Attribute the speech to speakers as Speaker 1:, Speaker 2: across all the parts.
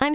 Speaker 1: I'm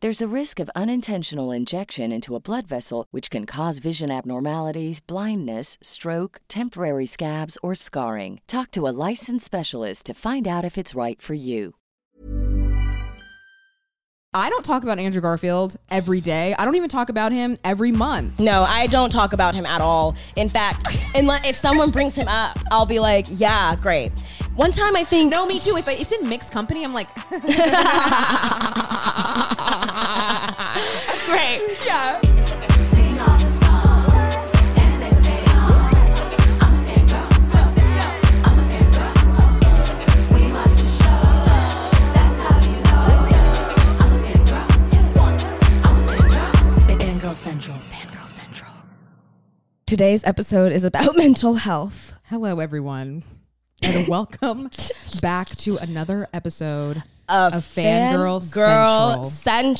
Speaker 2: There's a risk of unintentional injection into a blood vessel, which can cause vision abnormalities, blindness, stroke, temporary scabs, or scarring. Talk to a licensed specialist to find out if it's right for you.
Speaker 3: I don't talk about Andrew Garfield every day. I don't even talk about him every month.
Speaker 4: No, I don't talk about him at all. In fact, unless if someone brings him up, I'll be like, yeah, great. One time I think
Speaker 3: No, me too. If I, it's in mixed company, I'm like,
Speaker 4: great.
Speaker 3: yeah.
Speaker 5: Today's episode is about mental health.
Speaker 3: Hello, everyone, and welcome back to another episode
Speaker 4: A
Speaker 3: of Fangirl
Speaker 4: Girl
Speaker 3: Central.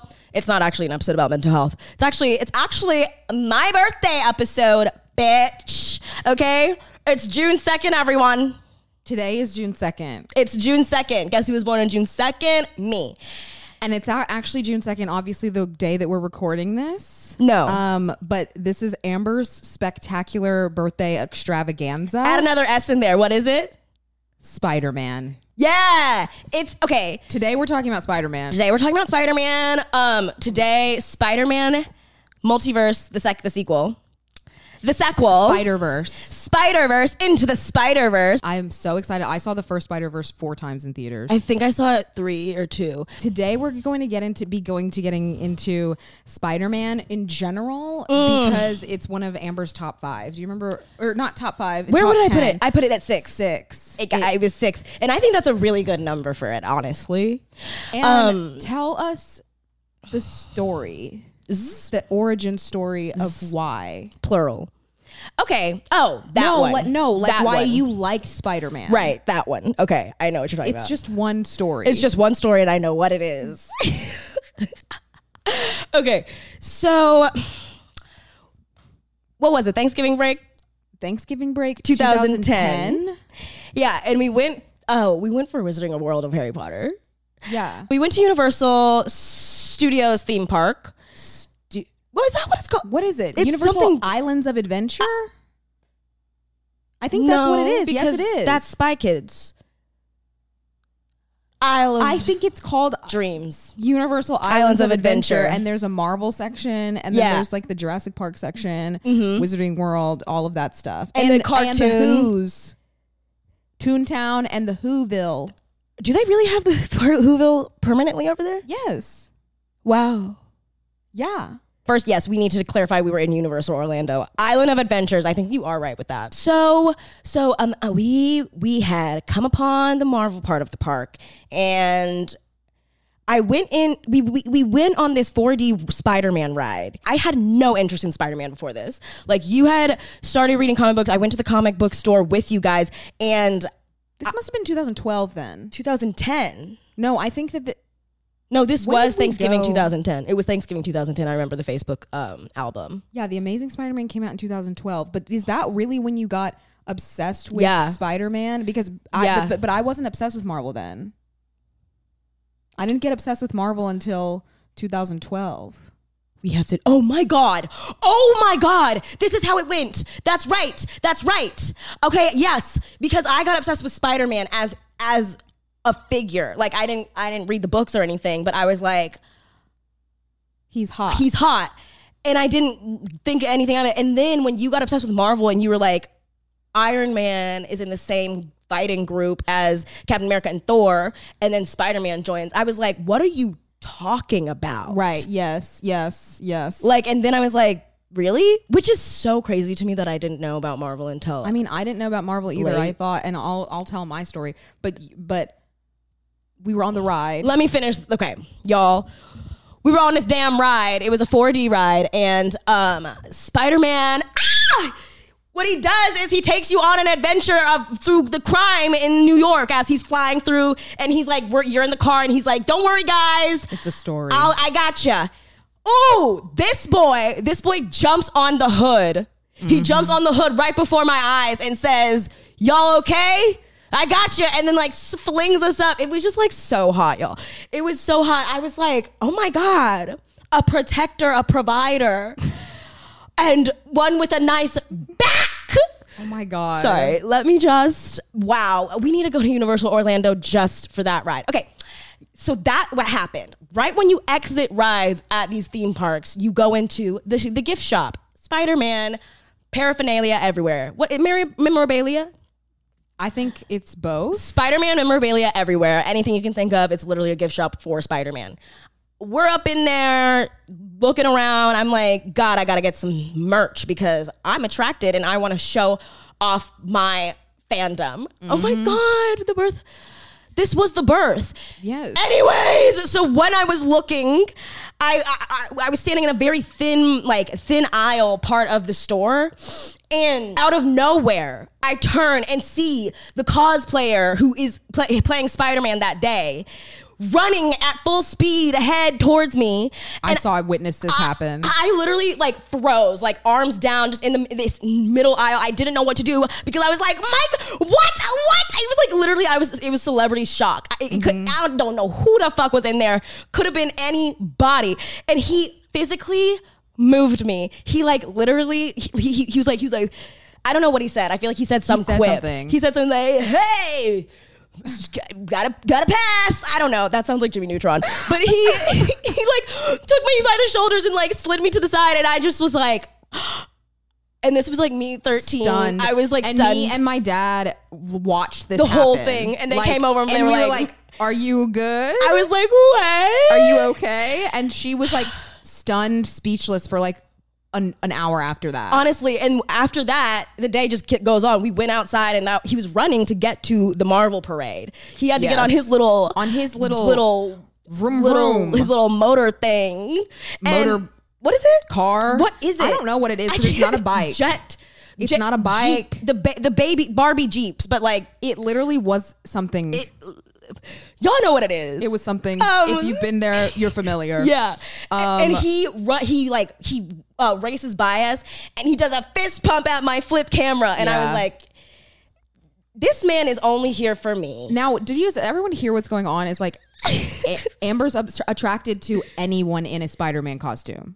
Speaker 4: Central. It's not actually an episode about mental health. It's actually it's actually my birthday episode, bitch. Okay? It's June 2nd, everyone.
Speaker 3: Today is June 2nd,
Speaker 4: It's June 2nd. Guess who was born on June 2nd? Me.
Speaker 3: and it's our, actually June 2nd, obviously the day that we're recording this.
Speaker 4: No.
Speaker 3: Um, but this is Amber's spectacular birthday extravaganza.
Speaker 4: Add another S in there. What is it?
Speaker 3: Spider Man.
Speaker 4: Yeah. It's okay.
Speaker 3: Today we're talking about Spider Man.
Speaker 4: Today we're talking about Spider Man. Um, today Spider Man Multiverse, the sec, the sequel, the sequel,
Speaker 3: Spider Verse.
Speaker 4: Spider Verse into the Spider Verse.
Speaker 3: I am so excited. I saw the first Spider Verse four times in theaters.
Speaker 4: I think I saw it three or two.
Speaker 3: Today we're going to get into be going to getting into Spider Man in general because it's one of Amber's top five. Do you remember or not top five?
Speaker 4: Where
Speaker 3: top
Speaker 4: would I put
Speaker 3: 10.
Speaker 4: it? I put it at six.
Speaker 3: six.
Speaker 4: It, got- it was six, and I think that's a really good number for it. Honestly,
Speaker 3: And
Speaker 4: Um,
Speaker 3: tell us the story, the origin story of why.
Speaker 4: plural. Okay. Oh, that
Speaker 3: no,
Speaker 4: one.
Speaker 3: like- no, like
Speaker 4: That
Speaker 3: why
Speaker 4: one.
Speaker 3: you liked Spider Man.
Speaker 4: Right, that one. Okay, I know what you're talking about.
Speaker 3: It's just one story.
Speaker 4: It's just one story and I know what it is. okay. So what was it? Thanksgiving break?
Speaker 3: Thanksgiving break
Speaker 4: 2010.
Speaker 3: 2010.
Speaker 4: Yeah, and we went oh, we went for Wizarding a World of Harry Potter.
Speaker 3: Yeah.
Speaker 4: We went to Universal Studios theme park. Stu- what is that what it's called?
Speaker 3: What is it?
Speaker 4: It's
Speaker 3: Universal
Speaker 4: something-
Speaker 3: Islands of Adventure? I think that's what it
Speaker 4: Uh, No,
Speaker 3: is. Yes,
Speaker 4: because
Speaker 3: it is.
Speaker 4: That's Spy Kids. Island
Speaker 3: I think it's called
Speaker 4: dreams.
Speaker 3: Universal Islands,
Speaker 4: Islands
Speaker 3: of,
Speaker 4: of
Speaker 3: Adventure.
Speaker 4: Adventure.
Speaker 3: and there's a Marvel section, and
Speaker 4: Yeah. Mm-hmm.
Speaker 3: then there's like the Jurassic Park section, Wizarding World, all of that stuff,
Speaker 4: And the
Speaker 3: and the
Speaker 4: cartoon.
Speaker 3: Who's, Toontown, and the Whoville.
Speaker 4: Do they really have the Whoville permanently over there?
Speaker 3: Yes,
Speaker 4: Wow.
Speaker 3: yeah.
Speaker 4: First, yes, we need to clarify we were in Universal Orlando, Island of Adventures. I think you are right with that. So, so um, uh, we we had come upon the Marvel part of the park, and I went in. We we, we went on this 4D Spider Man ride. I had no interest in Spider Man before this. Like you had started reading comic books. I went to the comic book store with you guys, and
Speaker 3: This must have been 2012 then.
Speaker 4: 2010.
Speaker 3: No, I think that the,
Speaker 4: No, this
Speaker 3: When
Speaker 4: was
Speaker 3: did we
Speaker 4: Thanksgiving
Speaker 3: go?
Speaker 4: 2010. It was Thanksgiving 2010. I remember the Facebook um, album.
Speaker 3: yeah, the Amazing Spider-Man came out in 2012. But is that really when you got obsessed with
Speaker 4: Yeah.
Speaker 3: Spider Man because I
Speaker 4: Yeah.
Speaker 3: but, but I wasn't obsessed with Marvel then. I didn't get obsessed with Marvel until 2012.
Speaker 4: We have to. Oh my God. Oh my God. This is how it went. That's right. That's right. Okay. Yes. Because I got obsessed with Spider Man as as a figure. Like I didn't I didn't read the books or anything, but I was like,
Speaker 3: He's hot.
Speaker 4: he's hot, and I didn't think anything of it. And then when you got obsessed with Marvel and you were like, Iron Man is in the same fighting group as Captain America and Thor, and then Spider Man joins. I was like, what are you talking about?
Speaker 3: right. Yes. Yes. Yes.
Speaker 4: Like, and then I was like, really? Which is so crazy to me that I didn't know about Marvel until
Speaker 3: I mean, I didn't know about Marvel either. I
Speaker 4: Late.
Speaker 3: thought, and I'll I'll tell my story. But but we were on the ride.
Speaker 4: Let me finish. Okay, y'all. We were on this damn ride. It was a 4D ride, and um, Spider Man. Ah! What he does is he takes you on an adventure of through the crime in New York as he's flying through, and he's like, we're, "You're in the car," and he's like, "Don't worry, guys,
Speaker 3: It's a story.
Speaker 4: I'll, Oh, I gotcha. Ooh, this boy, this boy jumps on the hood. He jumps on the hood right before my eyes and says, "Y'all okay?" I gotcha, and then like s- flings us up. It was just like so hot, y'all. It was so hot. I was like, "Oh my god, a protector, a provider, and one with a nice back."
Speaker 3: oh my god.
Speaker 4: Sorry, let me just. Wow, we need to go to Universal Orlando just for that ride. Okay, so that what happened right when you exit rides at these theme parks, you go into the the gift shop, Spider Man paraphernalia everywhere. What mer- memorabilia?
Speaker 3: I think it's both.
Speaker 4: Spider Man memorabilia everywhere. Anything you can think of, it's literally a gift shop for Spider Man. We're up in there looking around. I'm like, God, I gotta get some merch because I'm attracted and I wanna show off my fandom. Oh my God, the birth. This was the birth.
Speaker 3: Yes.
Speaker 4: Anyways, so when I was looking, I, I I- I was standing in a very thin like thin aisle part of the store, and out of nowhere I turn and see the cosplayer who is play, playing Spider Man that day, running at full speed ahead towards me.
Speaker 3: I saw. I witnessed this happen.
Speaker 4: I literally like froze, like arms down, just in the this middle aisle. I didn't know what to do because I was like, Mike, what, what? It was like literally, I was. It was celebrity shock. I, it could, I don't know who the fuck was in there. Could have been anybody. And he physically moved me. He like literally. He, he, he was like he was like. I don't know what he said. I feel like he said some
Speaker 3: said
Speaker 4: quip.
Speaker 3: something.
Speaker 4: He said something like, "Hey, gotta gotta pass. I don't know. That sounds like Jimmy Neutron. But he he like took me by the shoulders and like slid me to the side, and I just was like. And this was like me thirteen.
Speaker 3: stunned.
Speaker 4: I was like
Speaker 3: and
Speaker 4: stunned.
Speaker 3: me and my dad watched this
Speaker 4: The whole
Speaker 3: happen.
Speaker 4: thing, and they came over and they were
Speaker 3: we
Speaker 4: like-
Speaker 3: "Are you good?
Speaker 4: I was like, "What?
Speaker 3: Are you okay?" And she was like stunned, speechless for like an, an hour after that.
Speaker 4: honestly and after that the day just ki- goes on we went outside and that, he was running to get to the marvel parade he had to get on
Speaker 3: Yes.
Speaker 4: his little
Speaker 3: On his little-
Speaker 4: little
Speaker 3: Vroom,
Speaker 4: little
Speaker 3: vroom.
Speaker 4: his little motor thing And-
Speaker 3: Motor-
Speaker 4: what is it
Speaker 3: Car?
Speaker 4: what is it
Speaker 3: I don't know what it is,
Speaker 4: I
Speaker 3: 'cause it's not a
Speaker 4: can't-
Speaker 3: bike.
Speaker 4: jet
Speaker 3: It's
Speaker 4: jet-
Speaker 3: not a bike.
Speaker 4: Jeep. the ba- the baby barbie jeeps but like
Speaker 3: it literally was something. It,
Speaker 4: y'all know what it is
Speaker 3: was something.
Speaker 4: Um,
Speaker 3: if you've been there, you're familiar.
Speaker 4: Yeah. A- and
Speaker 3: Um,
Speaker 4: he ru- he like he uh, races by us and he does a fist pump at my flip camera and I
Speaker 3: Yeah.
Speaker 4: was like this man is only here for me.
Speaker 3: Now, did you guys, everyone hear what's going on? Is like A- Amber's abs- attracted to anyone in a Spider-Man costume.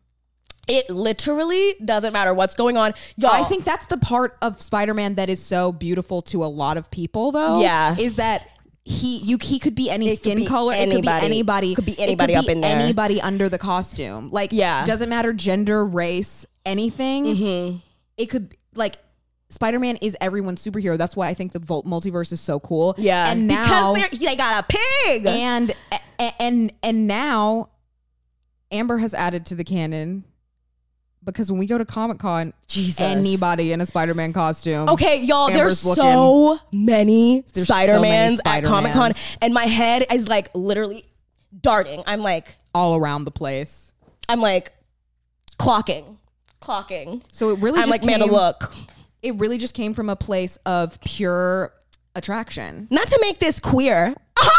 Speaker 4: It literally doesn't matter what's going on. Y'all
Speaker 3: I think that's the part of Spider-Man that is so beautiful to a lot of people, though.
Speaker 4: Yeah.
Speaker 3: is that he you he could be any
Speaker 4: It could
Speaker 3: skin
Speaker 4: be
Speaker 3: color, it could
Speaker 4: anybody.
Speaker 3: be anybody,
Speaker 4: Could be
Speaker 3: It could
Speaker 4: anybody up
Speaker 3: be
Speaker 4: in there.
Speaker 3: anybody under the costume. Like,
Speaker 4: Yeah. Mm-hmm.
Speaker 3: doesn't matter gender, race, anything. It could like. Spider-Man is everyone's superhero. That's why I think the vol- multiverse is so cool.
Speaker 4: yeah.
Speaker 3: and now
Speaker 4: because they're- they got a pig.
Speaker 3: and a- and and now Amber has added to the canon because when we go to Comic Con,
Speaker 4: Jesus.
Speaker 3: anybody in a Spider-Man costume.
Speaker 4: Okay, y'all,
Speaker 3: Amber's
Speaker 4: there's
Speaker 3: looking.
Speaker 4: so many
Speaker 3: There's so many
Speaker 4: Spider-Mans at
Speaker 3: Spider-Mans.
Speaker 4: Comic-Con and my head is like literally darting. I'm like
Speaker 3: all around the place.
Speaker 4: I'm like clocking. Clocking.
Speaker 3: So it really
Speaker 4: I'm
Speaker 3: just
Speaker 4: like,
Speaker 3: came,
Speaker 4: man, look.
Speaker 3: It really just came from a place of pure attraction.
Speaker 4: Not to make this queer,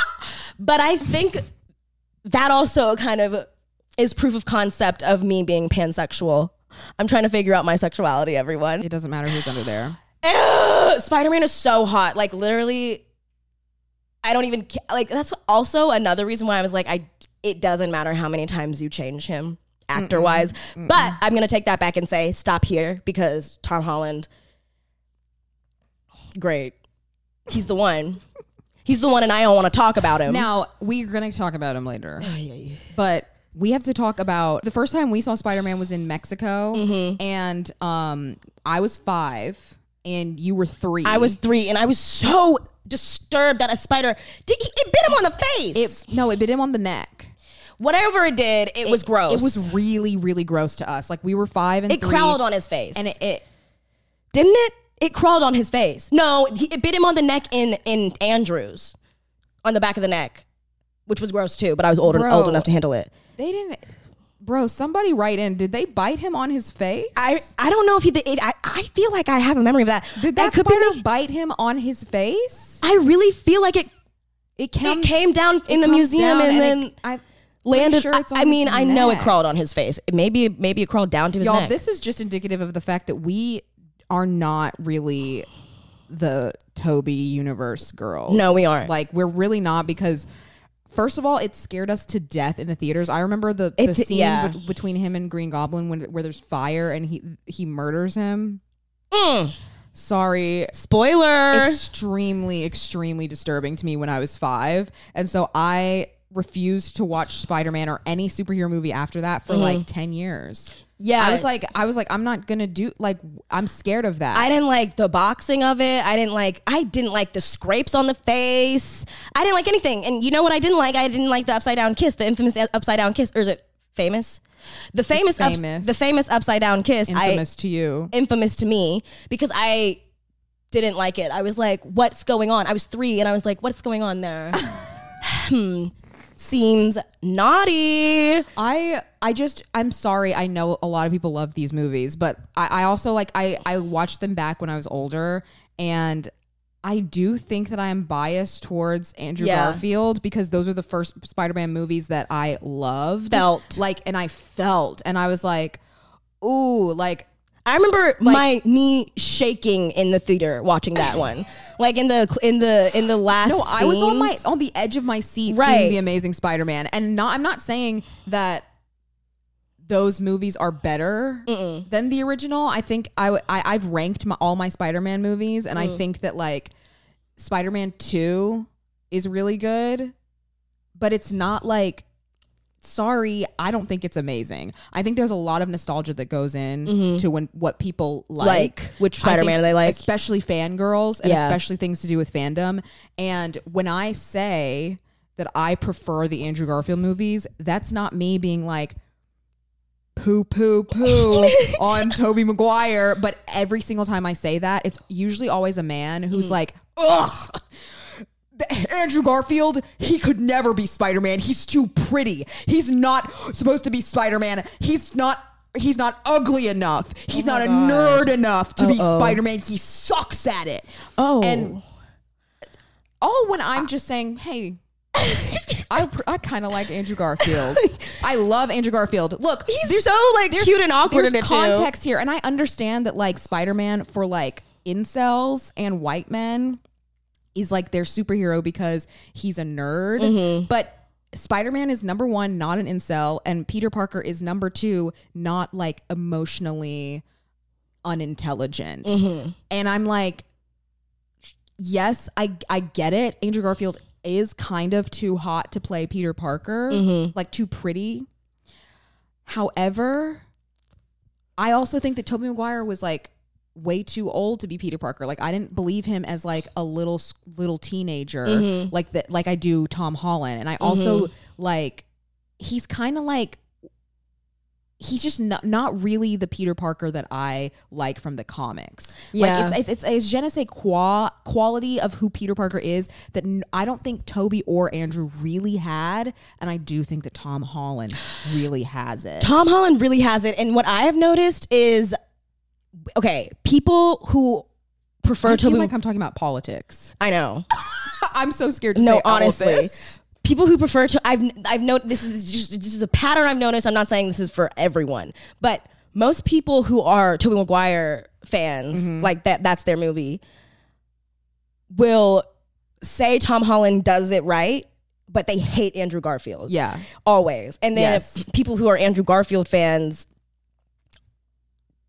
Speaker 4: but I think that also kind of is proof of concept of me being pansexual. I'm trying to figure out my sexuality, everyone.
Speaker 3: It doesn't matter who's under there.
Speaker 4: Ew, Spider Man is so hot. Like literally, I don't even ca- like. That's also another reason why I was like, I. It doesn't matter how many times you change him actor wise, but I'm gonna take that back and say stop here because Tom Holland, great, he's the one. He's the one, and I don't want to talk about him.
Speaker 3: Now we're gonna talk about him later, but we have to talk about the first time we saw Spider Man was in Mexico,
Speaker 4: Mm-hmm.
Speaker 3: and um, I was five and you were three.
Speaker 4: I was three, and I was so disturbed that a spider did, it bit him on the face.
Speaker 3: it, no, it bit him on the neck.
Speaker 4: Whatever it did, it, was gross.
Speaker 3: It was really, really gross to us. Like we were five and
Speaker 4: It
Speaker 3: three,
Speaker 4: crawled on his face,
Speaker 3: and it, it
Speaker 4: didn't it? It crawled on his face. No, he, it bit him on the neck in in Andrews, on the back of the neck, which was gross too. But I was old
Speaker 3: Bro.
Speaker 4: old enough to handle it.
Speaker 3: they didn't. Bro, somebody write in. Did they bite him on his face?
Speaker 4: I I don't know if he did. It, I I feel like I have a memory of that.
Speaker 3: did that,
Speaker 4: could be
Speaker 3: spider
Speaker 4: me.
Speaker 3: bite him on his face?
Speaker 4: I really feel like it
Speaker 3: It
Speaker 4: it came down
Speaker 3: it
Speaker 4: in the
Speaker 3: comes
Speaker 4: museum
Speaker 3: down
Speaker 4: and, then
Speaker 3: it- I,
Speaker 4: landed.
Speaker 3: sure
Speaker 4: I-
Speaker 3: it's on
Speaker 4: I, mean,
Speaker 3: his
Speaker 4: I know it
Speaker 3: neck.
Speaker 4: crawled on his face. It- Maybe maybe it crawled down to his
Speaker 3: y'all,
Speaker 4: neck.
Speaker 3: this is just indicative of the fact that we are not really the Toby universe girls.
Speaker 4: No, we aren't.
Speaker 3: Like we're really not because first of all, it scared us to death in the theaters. I remember the, the
Speaker 4: It's-
Speaker 3: scene
Speaker 4: yeah.
Speaker 3: bet- between him and Green Goblin when where there's fire and he he murders him. Sorry,
Speaker 4: Mm. Spoiler.
Speaker 3: extremely extremely disturbing to me when i was five and so i refused to watch spider-man or any superhero movie after that for
Speaker 4: Mm-hmm.
Speaker 3: like 10 years
Speaker 4: Yeah.
Speaker 3: i was like i was like i'm not gonna do like i'm scared of that
Speaker 4: I didn't like the boxing of it. I didn't like I didn't like the scrapes on the face. I didn't like anything. And you know what I didn't like? I didn't like the upside down kiss, the infamous upside down kiss or is it famous? The famous, ups-
Speaker 3: famous.
Speaker 4: the famous upside down kiss. I
Speaker 3: infamous to you
Speaker 4: infamous to me because I didn't like it. I was like, what's going on? I was three and I was like, what's going on there? Hmm. Seems naughty.
Speaker 3: I I just I'm sorry. I know a lot of people love these movies, but I, I also like I I watched them back when I was older, and I do think that I am biased towards Andrew
Speaker 4: Yeah.
Speaker 3: Garfield because those are the first Spider-Man movies that I loved,
Speaker 4: Felt.
Speaker 3: like, and I felt, and I was like, ooh, like
Speaker 4: I remember my knee shaking in the theater watching that one. like in the in the in the last
Speaker 3: no, I was on my
Speaker 4: scenes.
Speaker 3: on the edge of my seat
Speaker 4: Right.
Speaker 3: seeing the Amazing Spider-Man, and not I'm not saying that those movies are better than the original. I think I, w- I have ranked my, all my Spider-Man movies, and I
Speaker 4: Mm.
Speaker 3: think that like Spider-Man Two is really good, but it's not like. Sorry, I don't think it's amazing. I think there's a lot of nostalgia that goes in to when what people like,
Speaker 4: Mm-hmm. Like, which
Speaker 3: I think
Speaker 4: Spider-Man they like.
Speaker 3: especially fangirls and
Speaker 4: Yeah.
Speaker 3: especially especially things to do with fandom. And when I say that I prefer the Andrew Garfield movies, that's not me being like, poo poo poo on Toby Maguire. But every single time I say that, it's usually always a man who's like, ugh. the- Andrew Garfield, he could never be Spider Man. He's too pretty. He's not supposed to be Spider Man. He's not. He's not ugly enough. He's not a nerd enough to be Spider Man. He sucks at it.
Speaker 4: Oh.
Speaker 3: and all when I'm just saying, hey. I, pr- I kind of like Andrew Garfield. I love Andrew Garfield. Look,
Speaker 4: He's
Speaker 3: there's-
Speaker 4: so, like,
Speaker 3: there's-
Speaker 4: cute and awkward in
Speaker 3: There's
Speaker 4: it, too.
Speaker 3: context here, and I understand that like Spider-Man for like incels and white men is like their superhero because he's a nerd.
Speaker 4: Mm-hmm.
Speaker 3: But Spider-Man is number one, not an incel, and Peter Parker is number two, not like emotionally unintelligent.
Speaker 4: Mm-hmm.
Speaker 3: And I'm like, yes, I I get it. Andrew Garfield is kind of too hot to play Peter Parker,
Speaker 4: Mm-hmm.
Speaker 3: like too pretty. However, I also think that Tobey Maguire was like way too old to be Peter Parker. Like I didn't believe him as like a little s- little teenager like that like I do Tom Holland. And I also like he's kind of like he's just not, not really the Peter Parker that I like from the comics.
Speaker 4: Yeah.
Speaker 3: Like it's it's, it's a je ne sais quoi quality of who Peter Parker is that n- I don't think Toby or Andrew really had, and I do think that Tom Holland really has it.
Speaker 4: Tom Holland really has it. And what I have noticed is, okay, people who prefer
Speaker 3: I feel
Speaker 4: Toby.
Speaker 3: like I'm talking about politics.
Speaker 4: I know.
Speaker 3: I'm so scared to
Speaker 4: No,
Speaker 3: say all of
Speaker 4: honestly,
Speaker 3: this.
Speaker 4: people who prefer to. I've I've noticed this is just this is a pattern I've noticed. I'm not saying this is for everyone, but most people who are Toby Maguire fans, like that, that's their movie. will say Tom Holland does it right, but they hate Andrew Garfield.
Speaker 3: Yeah.
Speaker 4: Always. And then
Speaker 3: Yes.
Speaker 4: if people who are Andrew Garfield fans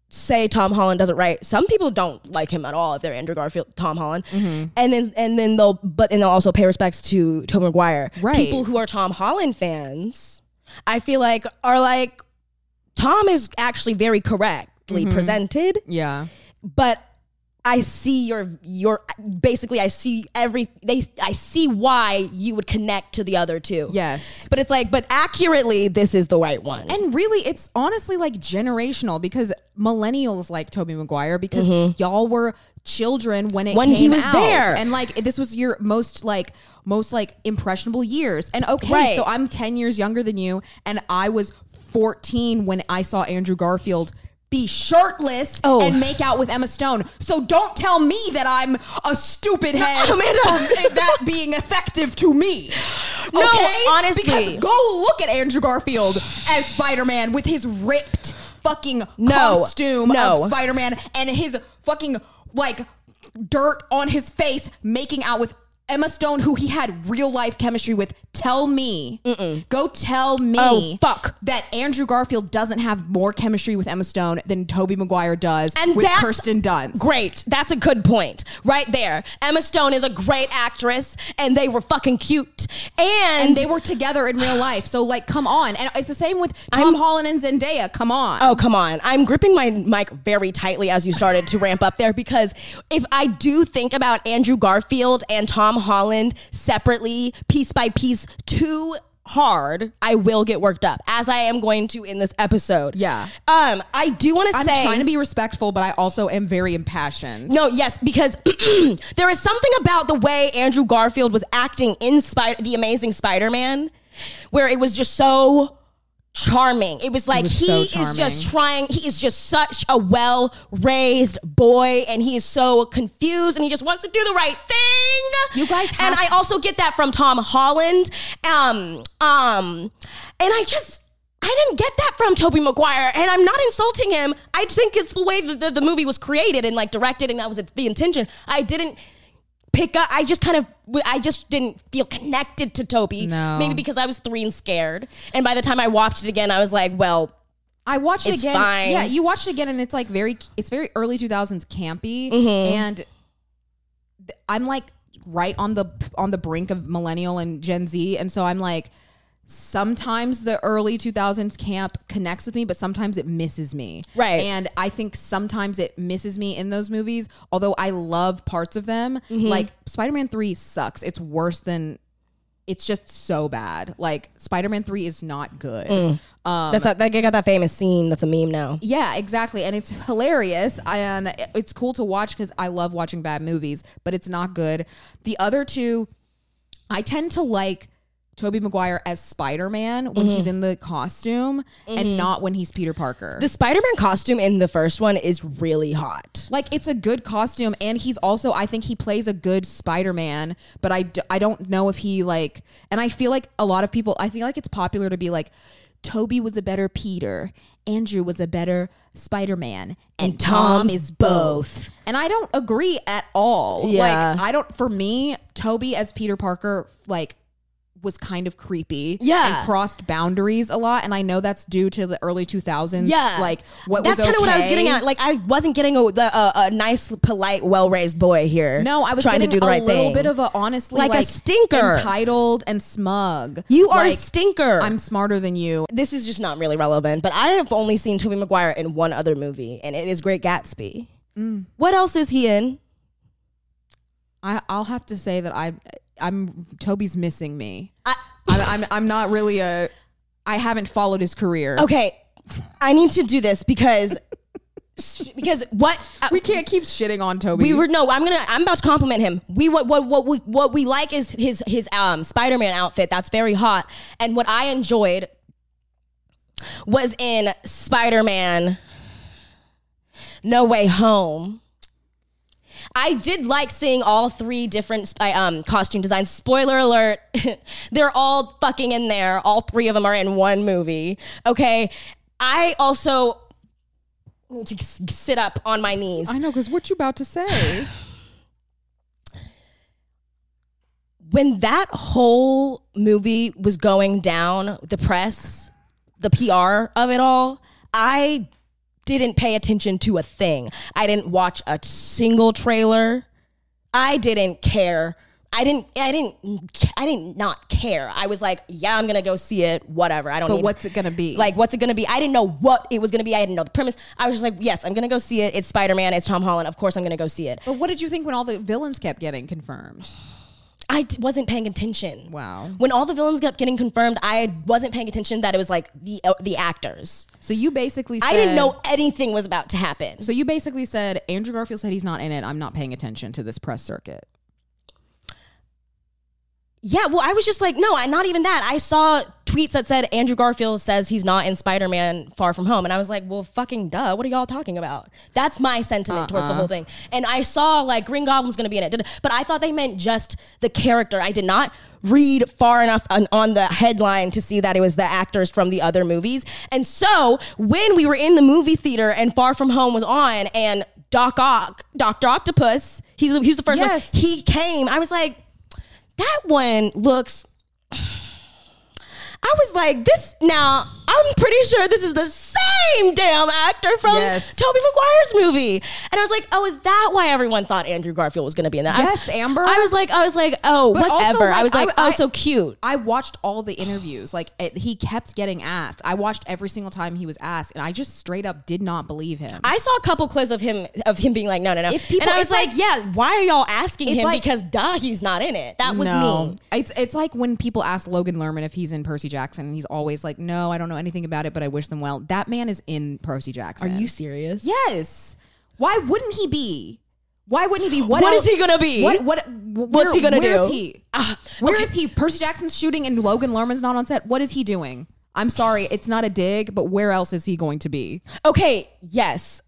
Speaker 4: say Tom Holland does it right. Some people don't like him at all if they're Andrew Garfield, Tom Holland.
Speaker 3: Mm-hmm.
Speaker 4: And then and then they'll but and they'll also pay respects to Tobey Maguire.
Speaker 3: Right.
Speaker 4: People who are Tom Holland fans, I feel like are like Tom is actually very
Speaker 3: Mm-hmm.
Speaker 4: correctly presented
Speaker 3: Yeah.
Speaker 4: but I see your your basically I see every they I see why you would connect to the other two.
Speaker 3: Yes.
Speaker 4: But it's like but accurately this is the right one.
Speaker 3: And really, it's honestly like generational because millennials like Toby Maguire because y'all were children when it
Speaker 4: Mm-hmm. When
Speaker 3: came
Speaker 4: he was
Speaker 3: out.
Speaker 4: there.
Speaker 3: and like this was your most like most like impressionable years. And okay,
Speaker 4: Right.
Speaker 3: so I'm ten years younger than you, and I was 14 when I saw Andrew Garfield be shirtless
Speaker 4: Oh.
Speaker 3: and make out with Emma Stone. So don't tell me that I'm a stupid head
Speaker 4: Amanda.
Speaker 3: for that being effective to me.
Speaker 4: No,
Speaker 3: okay?
Speaker 4: honestly.
Speaker 3: Because go look at Andrew Garfield as Spider Man with his ripped fucking
Speaker 4: No,
Speaker 3: costume
Speaker 4: no.
Speaker 3: of Spider Man and his fucking like dirt on his face making out with Emma Stone, who he had real life chemistry with. Tell me, go tell me,
Speaker 4: Oh, fuck.
Speaker 3: that Andrew Garfield doesn't have more chemistry with Emma Stone than Toby Maguire does
Speaker 4: And
Speaker 3: with
Speaker 4: that's
Speaker 3: Kirsten Dunst.
Speaker 4: Great. That's a good point. Right there. Emma Stone is a great actress and they were fucking cute. And,
Speaker 3: And they were together in real life. So, like, come on. And it's the same with Tom Holland and Zendaya. Come on.
Speaker 4: Oh, come on. I'm gripping my mic very tightly as you started to ramp up there because if I do think about Andrew Garfield and Tom Holland separately, piece by piece, too hard, I will get worked up as I am going to in this episode.
Speaker 3: Yeah.
Speaker 4: Um, I do want to
Speaker 3: I'm
Speaker 4: say
Speaker 3: trying to be respectful, but I also am very impassioned.
Speaker 4: no, yes, because there is something about the way Andrew Garfield was acting in Spider the Amazing Spider-Man where it was just so charming. It was like
Speaker 3: was
Speaker 4: he
Speaker 3: so
Speaker 4: is just
Speaker 3: charming.
Speaker 4: trying he is just such a well-raised boy and he is so confused and he just wants to do the right thing.
Speaker 3: You guys
Speaker 4: And
Speaker 3: have-
Speaker 4: I also get that from Tom Holland. Um um and I just I didn't get that from Toby Maguire, and I'm not insulting him. I think it's the way that the, the movie was created and like directed, and that was the intention. I didn't pick up. I just kind of, I just didn't feel connected to Toby.
Speaker 3: No.
Speaker 4: Maybe because I was three and scared, and by the time I watched it again, I was like, well,
Speaker 3: I watched
Speaker 4: It's
Speaker 3: it again.
Speaker 4: fine.
Speaker 3: Yeah, you watched it again, and it's like very, it's very early 2000s campy,
Speaker 4: Mm-hmm.
Speaker 3: and th- I'm like right on the on the brink of millennial and Gen Z, and so I'm like, sometimes the early 2000s camp connects with me, but sometimes it misses me.
Speaker 4: Right.
Speaker 3: and I think sometimes it misses me in those movies. Although I love parts of them,
Speaker 4: Mm-hmm.
Speaker 3: like Spider-Man Three sucks. It's worse than. It's just so bad. Like Spider-Man Three is not good.
Speaker 4: Mm.
Speaker 3: Um,
Speaker 4: that's that. I got that famous scene. That's a meme now.
Speaker 3: Yeah, exactly. And it's hilarious and it's cool to watch because I love watching bad movies, but it's not good. The other two, I tend to like Toby Maguire as Spider Man when he's in the costume and not when he's Peter Parker.
Speaker 4: The Spider-Man costume in the first one is really hot.
Speaker 3: like it's a good costume and he's also I think he plays a good Spider-Man, but I d- I don't know if he like and I feel like a lot of people I feel like it's popular to be like Toby was a better Peter, Andrew was a better Spider-Man, and,
Speaker 4: And
Speaker 3: Tom
Speaker 4: Tom's
Speaker 3: is both.
Speaker 4: both.
Speaker 3: And I don't agree at all.
Speaker 4: Yeah.
Speaker 3: Like I don't for me Toby as Peter Parker like was kind of creepy
Speaker 4: Yeah.
Speaker 3: and crossed boundaries a lot and I know that's due to the early 2000s
Speaker 4: Yeah,
Speaker 3: like what
Speaker 4: that's
Speaker 3: was
Speaker 4: kind of what I was getting
Speaker 3: okay.
Speaker 4: at. Like I wasn't getting a, the, a, a nice, polite, well-raised boy here.
Speaker 3: No, I was
Speaker 4: trying to
Speaker 3: getting
Speaker 4: do the
Speaker 3: a
Speaker 4: right
Speaker 3: little
Speaker 4: thing.
Speaker 3: bit of a honestly
Speaker 4: Like a stinker.
Speaker 3: entitled and smug.
Speaker 4: You are a
Speaker 3: Like,
Speaker 4: stinker.
Speaker 3: I'm smarter than you.
Speaker 4: this is just not really relevant, but I have only seen Toby Maguire in one other movie, and it is Great Gatsby. What else is he in?
Speaker 3: I, I'll have to say that I'm I'm Toby's missing me. I, I'm, I'm I'm not really a. I haven't followed his career.
Speaker 4: Okay, I need to do this because because what uh,
Speaker 3: We can't keep shitting on Toby.
Speaker 4: we were no, I'm gonna I'm about to compliment him. We what what what we what we like is his his um Spider-Man outfit that's very hot, and what I enjoyed was in Spider-Man No Way Home. I did like seeing all three different sp- um, costume designs. Spoiler alert, they're all fucking in there. All three of them are in one movie. Okay. I also need to s- sit up on my knees.
Speaker 3: I know because what you about to say.
Speaker 4: when that whole movie was going down, the press, the PR of it all, I didn't pay attention to a thing. I didn't watch a single trailer. I didn't care. I didn't. I didn't. I didn't not care. I was like, yeah, I'm gonna go see it. Whatever. I don't.
Speaker 3: But
Speaker 4: need
Speaker 3: what's it gonna be?
Speaker 4: Like, what's it gonna be? I didn't know what it was gonna be. I didn't know the premise. I was just like, yes, I'm gonna go see it. It's Spider Man. It's Tom Holland. Of course, I'm gonna go see it.
Speaker 3: But what did you think when all the villains kept getting confirmed?
Speaker 4: I d- wasn't paying attention.
Speaker 3: Wow.
Speaker 4: When all the villains kept getting confirmed, I wasn't paying attention that it was like the uh, the actors.
Speaker 3: So you basically said,
Speaker 4: I didn't know anything was about to happen.
Speaker 3: So you basically said Andrew Garfield said he's not in it. I'm not paying attention to this press circuit.
Speaker 4: Yeah, well, I was just like, no, I, not even that. I saw tweets that said Andrew Garfield says he's not in Spider Man Far From Home. And I was like, well, fucking duh. What are y'all talking about? That's my sentiment towards the whole thing. And I saw like Green Goblin's going to be in it. But I thought they meant just the character. I did not read far enough on, on the headline to see that it was the actors from the other movies. And so when we were in the movie theater and Far From Home was on and Doc Ock, Dr. Octopus, he's, he was the first
Speaker 3: Yes.
Speaker 4: one, he came. I was like, that one looks I was like, this now, I'm pretty sure this is the same damn actor from
Speaker 3: Yes.
Speaker 4: Toby Maguire's movie. And I was like, oh, is that why everyone thought Andrew Garfield was gonna be in that? I was-
Speaker 3: Yes, Amber.
Speaker 4: I was like, I was like, oh,
Speaker 3: But also,
Speaker 4: whatever.
Speaker 3: like,
Speaker 4: I was like,
Speaker 3: I-
Speaker 4: oh,
Speaker 3: I-
Speaker 4: so cute.
Speaker 3: I watched all the interviews. Like it, he kept getting asked. I watched every single time he was asked, and I just straight up did not believe him.
Speaker 4: I saw a couple clips of him of him being like, no, no, no.
Speaker 3: If people-
Speaker 4: and I was
Speaker 3: it's like-
Speaker 4: like, yeah, why are y'all asking
Speaker 3: It's
Speaker 4: him?
Speaker 3: like-
Speaker 4: because duh, he's not in it. That was me.
Speaker 3: It's it's like when people ask Logan Lerman if he's in Percy Jackson, and he's always like, "No, I don't know anything about it, but I wish them well." That man is in Percy Jackson.
Speaker 4: serious?
Speaker 3: Yes. Why wouldn't he be? Why wouldn't he be? What,
Speaker 4: What
Speaker 3: else-
Speaker 4: is he gonna be?
Speaker 3: What? What? Where,
Speaker 4: What's he gonna
Speaker 3: where
Speaker 4: do? Ah,
Speaker 3: is he? Where is he? Percy Jackson's shooting, and Logan Lerman's not on set. What is he doing? I'm sorry, it's not a dig, but where else is he going to be?
Speaker 4: okay, yes.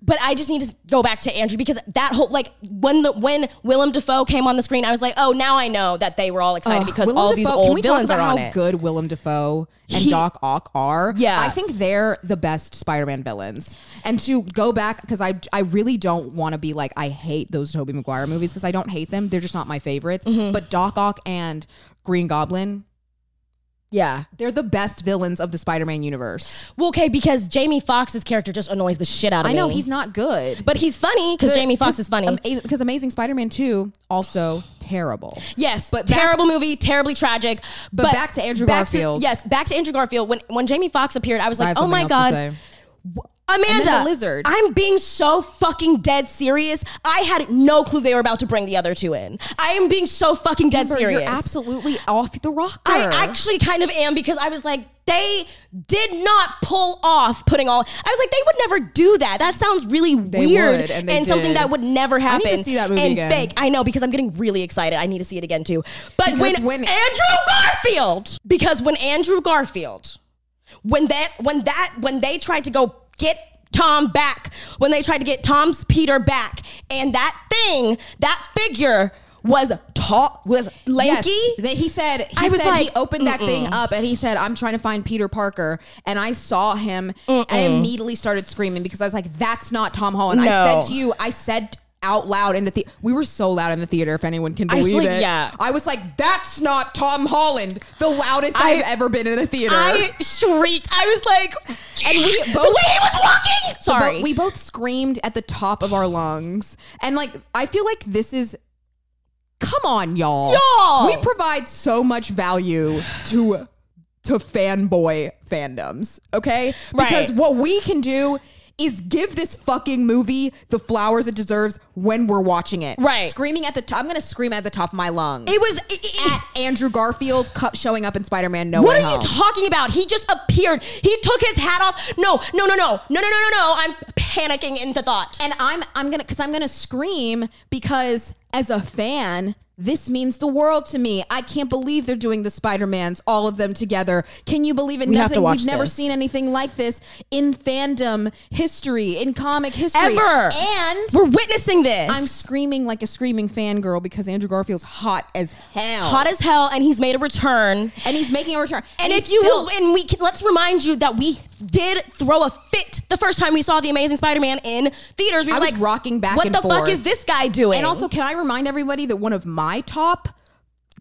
Speaker 4: But I just need to go back to Andrew because that whole like when the when Willem Dafoe came on the screen, I was like, oh, now I know that they were all excited because
Speaker 3: Willem
Speaker 4: all these
Speaker 3: Dafoe- can we
Speaker 4: old
Speaker 3: talk
Speaker 4: villains
Speaker 3: about
Speaker 4: are on
Speaker 3: how
Speaker 4: it.
Speaker 3: Good Willem Dafoe and
Speaker 4: He-
Speaker 3: Doc Ock are.
Speaker 4: Yeah.
Speaker 3: I think they're the best Spider-Man villains. And to go back, because I I really don't want to be like I hate those Tobey Maguire movies because I don't hate them. They're just not my favorites.
Speaker 4: Mm-hmm.
Speaker 3: But Doc Ock and Green Goblin,
Speaker 4: Yeah.
Speaker 3: they're the best villains of the Spider-Man universe.
Speaker 4: Well, okay, because Jamie Foxx's character just annoys the shit out of
Speaker 3: I
Speaker 4: me.
Speaker 3: know he's not good,
Speaker 4: but he's funny because Jamie Foxx is funny.
Speaker 3: Because Amazing Spider-Man two also terrible.
Speaker 4: Yes,
Speaker 3: But
Speaker 4: but
Speaker 3: back-
Speaker 4: terrible movie, terribly tragic.
Speaker 3: But back to Andrew Garfield.
Speaker 4: yes, back to Andrew Garfield. When when Jamie Foxx appeared, I was
Speaker 3: I
Speaker 4: like,
Speaker 3: have
Speaker 4: oh my
Speaker 3: something else to
Speaker 4: god,
Speaker 3: say.
Speaker 4: Amanda,
Speaker 3: then the lizard.
Speaker 4: I'm being so fucking dead serious. I had no clue they were about to bring the other two in. I am being so fucking dead
Speaker 3: Amber,
Speaker 4: serious.
Speaker 3: You're absolutely off the rocker.
Speaker 4: I actually kind of am because I was like, they did not pull off putting all. I was like, they would never do that. That sounds really weird
Speaker 3: would, and they
Speaker 4: something
Speaker 3: did.
Speaker 4: that would never
Speaker 3: I need
Speaker 4: happen.
Speaker 3: to see that movie
Speaker 4: and
Speaker 3: again.
Speaker 4: fake. I know because I'm getting really excited. I need to see it again too. But
Speaker 3: Because
Speaker 4: when,
Speaker 3: when-
Speaker 4: Andrew Garfield, because when Andrew Garfield, when that, when that, when they tried to go get. Tom back when they tried to get Tom's Peter back, and that thing, that figure was tall, was lanky.
Speaker 3: Yes. That he said he
Speaker 4: I was
Speaker 3: said he
Speaker 4: like,
Speaker 3: opened that thing up and he said, I'm trying to find Peter Parker. And I saw him. I immediately started screaming because I was like, that's not Tom Holland. I
Speaker 4: No.
Speaker 3: said to you, I said out loud in the theater. We were so loud in the theater, if anyone can
Speaker 4: I was
Speaker 3: believe
Speaker 4: like,
Speaker 3: it.
Speaker 4: yeah.
Speaker 3: I was like, that's not Tom Holland. The loudest I,
Speaker 4: I-
Speaker 3: have ever been in a theater.
Speaker 4: I shrieked. I was like,
Speaker 3: And we both-
Speaker 4: the way he was walking.
Speaker 3: So bo-
Speaker 4: Sorry,
Speaker 3: we both screamed at the top of our lungs. And like I feel like this is come on, y'all.
Speaker 4: Y'all!
Speaker 3: We provide so much value to to fanboy fandoms. Okay? Because
Speaker 4: Right.
Speaker 3: what we can do is give this fucking movie the flowers it deserves when we're watching it.
Speaker 4: Right.
Speaker 3: Screaming at the top. I'm gonna scream at the top of my lungs.
Speaker 4: it was. it- it-
Speaker 3: at Andrew Garfield cu- showing up in Spider-Man No
Speaker 4: what
Speaker 3: Way
Speaker 4: are you
Speaker 3: Home.
Speaker 4: talking about? He just appeared. He took his hat off. No, no, no, no, no, no, no, no, no. I'm panicking in the thought.
Speaker 3: and I'm I'm gonna because I'm gonna scream because as a fan, this means the world to me. I can't believe they're doing the Spider Mans, all of them together. Can you believe it?
Speaker 4: We
Speaker 3: Nothing
Speaker 4: have to watch
Speaker 3: we've never
Speaker 4: this.
Speaker 3: seen anything like this in fandom history, in comic history,
Speaker 4: Ever.
Speaker 3: And
Speaker 4: We're witnessing this.
Speaker 3: I'm screaming like a screaming fangirl because Andrew Garfield's hot as hell,
Speaker 4: hot as hell, and he's made a return.
Speaker 3: and he's making a return.
Speaker 4: And
Speaker 3: he's
Speaker 4: if you
Speaker 3: still-
Speaker 4: will, and we can, let's remind you that we did throw a fit the first time we saw the Amazing Spider-Man in theaters. We
Speaker 3: I
Speaker 4: were
Speaker 3: was
Speaker 4: like
Speaker 3: rocking back
Speaker 4: What
Speaker 3: and
Speaker 4: the
Speaker 3: forth."
Speaker 4: fuck is this guy doing?
Speaker 3: And also, can I remind everybody that one of my top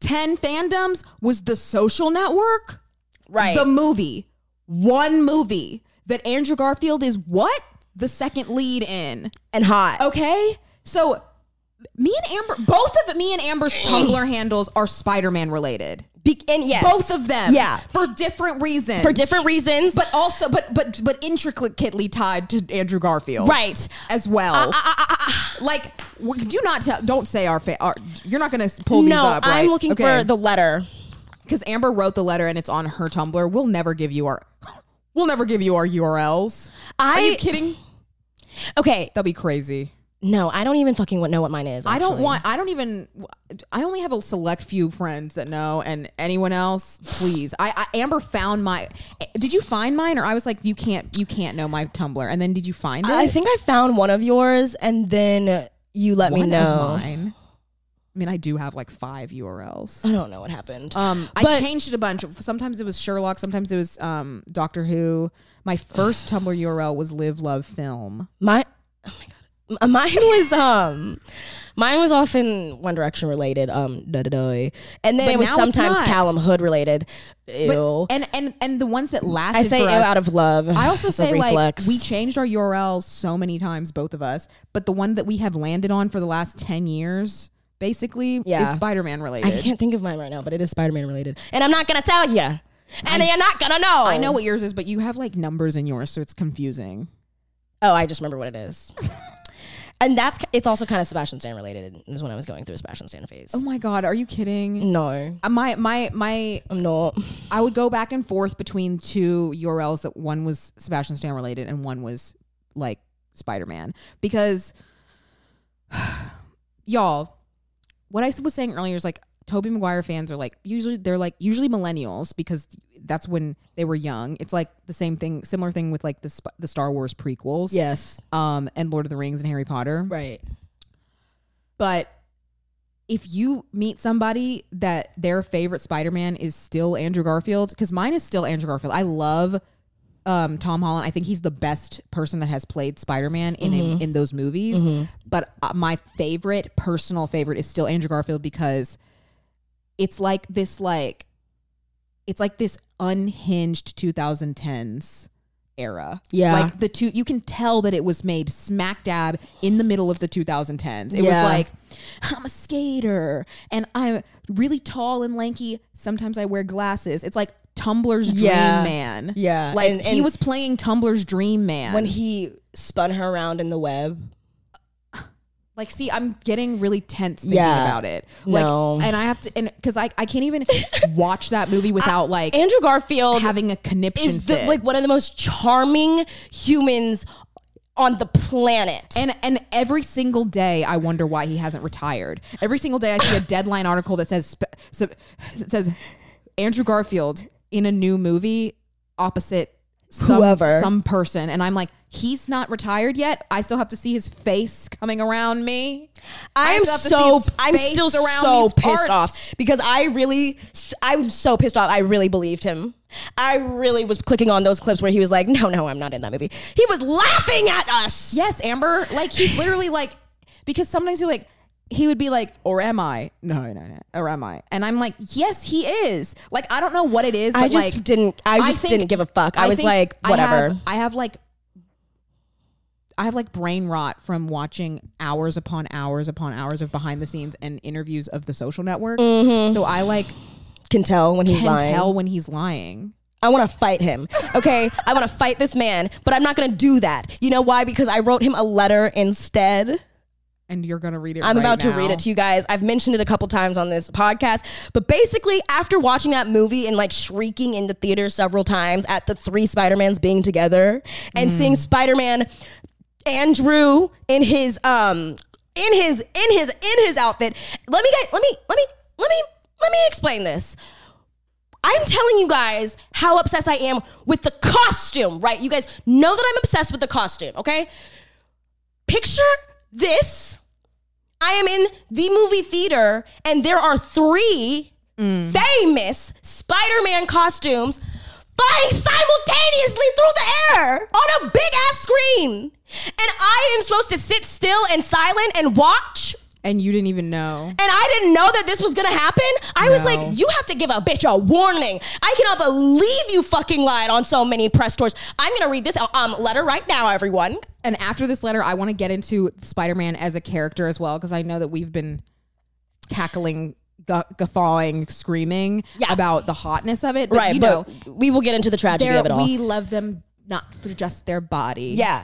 Speaker 3: 10 fandoms was the social network,
Speaker 4: Right.
Speaker 3: the movie, one movie that Andrew Garfield is what? The second lead in.
Speaker 4: and hot.
Speaker 3: Okay? So me and Amber, both of me and Amber's Tumblr handles are Spider Man related.
Speaker 4: Be- and yes.
Speaker 3: Both of them.
Speaker 4: Yeah.
Speaker 3: For different reasons.
Speaker 4: For different reasons.
Speaker 3: But also, but but but intricately tied to Andrew Garfield,
Speaker 4: Right. Uh,
Speaker 3: As well, like w- do not tell, don't say our, fa- our you're not going to pull these
Speaker 4: no,
Speaker 3: up. Right?
Speaker 4: I'm looking for the letter.
Speaker 3: because Amber wrote the letter and it's on her Tumblr. We'll never give you our, we'll never give you our URLs.
Speaker 4: I
Speaker 3: Are you kidding?
Speaker 4: Okay.
Speaker 3: That'd be crazy.
Speaker 4: No, I don't even fucking wa- know what mine is.
Speaker 3: I don't
Speaker 4: actually.
Speaker 3: want. I don't even. I only have a select few friends that know, and anyone else, please. I, I Amber found my. Did you find mine, or I was like, you can't, you can't know my Tumblr, and then did you find it?
Speaker 4: I think I found one of yours, and then you let
Speaker 3: One
Speaker 4: me
Speaker 3: of
Speaker 4: know.
Speaker 3: mine. I mean, I do have like five URLs.
Speaker 4: I don't know what happened.
Speaker 3: Um, I
Speaker 4: But-
Speaker 3: changed it a bunch. Sometimes it was Sherlock. Sometimes it was um, Doctor Who. My first Tumblr URL was Live Love Film.
Speaker 4: my, oh my god, M- mine was um, mine was often One Direction related. Um, da da da, and then
Speaker 3: But
Speaker 4: it was
Speaker 3: now it's
Speaker 4: sometimes
Speaker 3: not.
Speaker 4: Callum Hood related. Ew.
Speaker 3: And and and the ones that lasted.
Speaker 4: I say
Speaker 3: for
Speaker 4: ew
Speaker 3: us-
Speaker 4: out of love.
Speaker 3: I also
Speaker 4: It's a
Speaker 3: say like
Speaker 4: reflex.
Speaker 3: we changed our URLs so many times, both of us. But the one that we have landed on for the last ten years, basically,
Speaker 4: Yeah.
Speaker 3: is Spider-Man related.
Speaker 4: I can't think of mine right now, but it is Spider Man related, and I'm not gonna tell you, and you're not gonna know.
Speaker 3: Oh, I know what yours is, but you have like numbers in yours, so it's confusing.
Speaker 4: Oh, I just remember what it is. and that's it's also kind of Sebastian Stan related. Is when I was going through a Sebastian Stan phase.
Speaker 3: Oh my god, are you
Speaker 4: Mm.
Speaker 3: kidding?
Speaker 4: No,
Speaker 3: Uh, My my my
Speaker 4: I'm not.
Speaker 3: I would go back and forth between two URLs that one was Sebastian Stan related and one was like Spider Man because y'all, what I was saying earlier is like Toby Maguire fans are like usually they're like usually millennials because that's when they were young. It's like the same thing, similar thing with like the Sp- the Star Wars prequels,
Speaker 4: Yes,
Speaker 3: um, and Lord of the Rings and Harry Potter,
Speaker 4: right.
Speaker 3: but if you meet somebody that their favorite Spider-Man is still Andrew Garfield, because mine is still Andrew Garfield. I love um, Tom Holland. I think he's the best person that has played Spider-Man in in, those movies. But uh, my favorite, personal favorite, is still Andrew Garfield because it's like this like it's like this unhinged 2010s era.
Speaker 4: Yeah.
Speaker 3: Like the two you can tell that it was made smack dab in the middle of the 2010s. It
Speaker 4: Yeah.
Speaker 3: was like I'm a skater and I'm really tall and lanky. Sometimes I wear glasses. It's like Tumblr's Dream
Speaker 4: Yeah.
Speaker 3: Man.
Speaker 4: Yeah.
Speaker 3: Like
Speaker 4: And-
Speaker 3: he
Speaker 4: and-
Speaker 3: was playing Tumblr's Dream Man.
Speaker 4: When he spun her around in the web.
Speaker 3: Like, see, I'm getting really tense thinking
Speaker 4: Yeah.
Speaker 3: about it. Like,
Speaker 4: No.
Speaker 3: and I have to, and because I, I can't even watch that movie without like
Speaker 4: Andrew Garfield
Speaker 3: having a conniption
Speaker 4: is the,
Speaker 3: fit.
Speaker 4: like one of the most charming humans on the planet.
Speaker 3: and and every single day, I wonder why he hasn't retired. Every single day, I see a deadline article that says sp- sp- that says Andrew Garfield in a new movie opposite some,
Speaker 4: Whoever.
Speaker 3: some person, and I'm like, he's not retired yet. I still have to see his face coming around me. I
Speaker 4: I'm
Speaker 3: still have to see
Speaker 4: so
Speaker 3: his
Speaker 4: I'm
Speaker 3: face
Speaker 4: still
Speaker 3: around
Speaker 4: so
Speaker 3: these
Speaker 4: pissed
Speaker 3: parts.
Speaker 4: off because I really I'm so pissed off. I really believed him. I really was clicking on those clips where he was like, "No, no, I'm not in that movie." He was laughing at us.
Speaker 3: Yes, Amber. Like he's literally like because sometimes you're like he would be like, or am I? No, no, no. Or am I? And I'm like, yes, he is. Like I don't know what it is.
Speaker 4: I
Speaker 3: but,
Speaker 4: just
Speaker 3: like,
Speaker 4: didn't- I just didn't give a fuck. I was
Speaker 3: think
Speaker 4: like,
Speaker 3: I have-
Speaker 4: whatever.
Speaker 3: I have like I have like brain rot from watching hours upon hours upon hours of behind the scenes and interviews of the social network. So I like
Speaker 4: Can tell when Mm-hmm. he's
Speaker 3: can
Speaker 4: lying.
Speaker 3: tell when he's lying.
Speaker 4: I want to fight him. Okay, I want to fight this man, but I'm not going to do that. You know why? Because I wrote him a letter instead.
Speaker 3: And you're gonna read it.
Speaker 4: I'm
Speaker 3: right
Speaker 4: about to
Speaker 3: now.
Speaker 4: read it to you guys. I've mentioned it a couple times on this podcast, but basically, after watching that movie and like shrieking in the theater several times at the three Spider-Mans being together and seeing
Speaker 3: Mm.
Speaker 4: Spider-Man Andrew in his um in his in his in his outfit. Let me guys let me let me let me let me explain this. I'm telling you guys how obsessed I am with the costume, right? You guys know that I'm obsessed with the costume, okay? Picture this I am in the movie theater and there are three famous Spider Man costumes flying simultaneously through the air on a big ass screen. And I am supposed to sit still and silent and watch.
Speaker 3: and you didn't even know.
Speaker 4: And I didn't know that this was gonna happen. I was
Speaker 3: No.
Speaker 4: like, you have to give a bitch a warning. I cannot believe you fucking lied on so many press tours. I'm gonna read this um, letter right now, everyone.
Speaker 3: And after this letter, I want to get into Spider Man as a character as well because I know that we've been cackling, gu- guffawing, screaming
Speaker 4: Yeah.
Speaker 3: about the hotness of it. But,
Speaker 4: right,
Speaker 3: you know,
Speaker 4: but we will get into the tragedy
Speaker 3: they're-
Speaker 4: of it all.
Speaker 3: we love them not for just their body.
Speaker 4: yeah.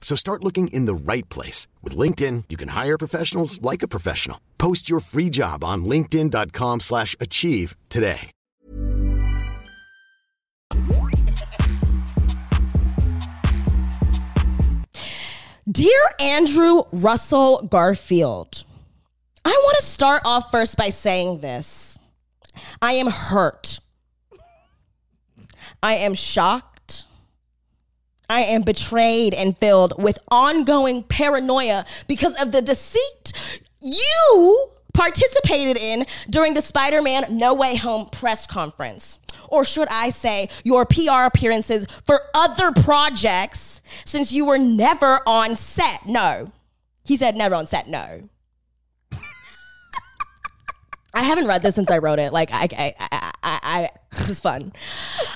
Speaker 6: So start looking in the right place. With LinkedIn, you can hire professionals like a professional. Post your free job on linkedin.com/achieve slash achieve today.
Speaker 4: Dear Andrew Russell Garfield, I want to start off first by saying this. I am hurt. I am shocked. I am betrayed and filled with ongoing paranoia because of the deceit you participated in during the Spider Man No Way Home press conference. Or should I say, your PR appearances for other projects since you were never on set? No. He said never on set, no. I haven't read this since I wrote it. Like I, I, I, I, I this is fun.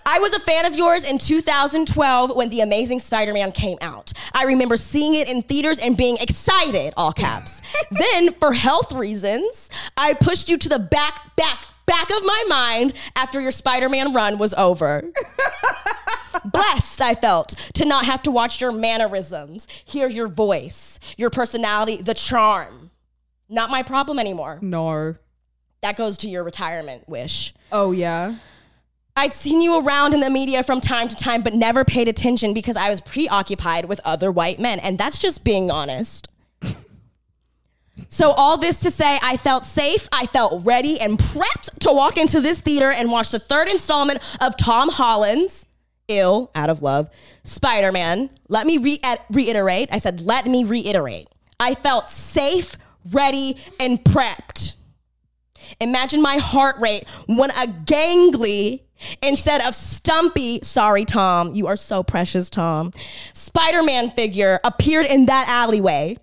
Speaker 4: I was a fan of yours in 2012 when The Amazing Spider-Man came out. I remember seeing it in theaters and being excited, all caps. then, for health reasons, I pushed you to the back, back, back of my mind after your Spider-Man run was over. Blessed, I felt, to not have to watch your mannerisms, hear your voice, your personality, the charm. Not my problem anymore
Speaker 3: No.
Speaker 4: that goes to your retirement wish.
Speaker 3: Oh, yeah.
Speaker 4: I'd seen you around in the media from time to time, but never paid attention because I was preoccupied with other white men. And that's just being honest. so, all this to say, I felt safe, I felt ready and prepped to walk into this theater and watch the third installment of Tom Holland's Ill, Out of Love, Spider Man. Let me re- reiterate. I said, let me reiterate. I felt safe, ready, and prepped. Imagine my heart rate when a gangly instead of stumpy, sorry, Tom, you are so precious, Tom, Spider Man figure appeared in that alleyway.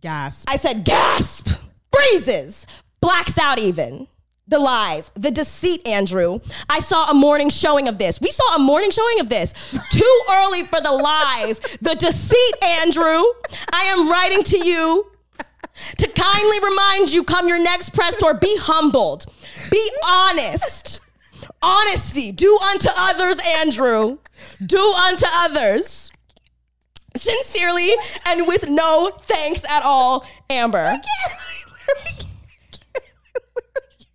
Speaker 3: Gasp.
Speaker 4: I said, gasp, freezes, blacks out even. The lies, the deceit, Andrew. I saw a morning showing of this. We saw a morning showing of this. Too early for the lies, the deceit, Andrew. I am writing to you to kindly remind you come your next press tour, be humbled, be honest. Honesty, do unto others, Andrew. Do unto others. Sincerely and with no thanks at all, Amber.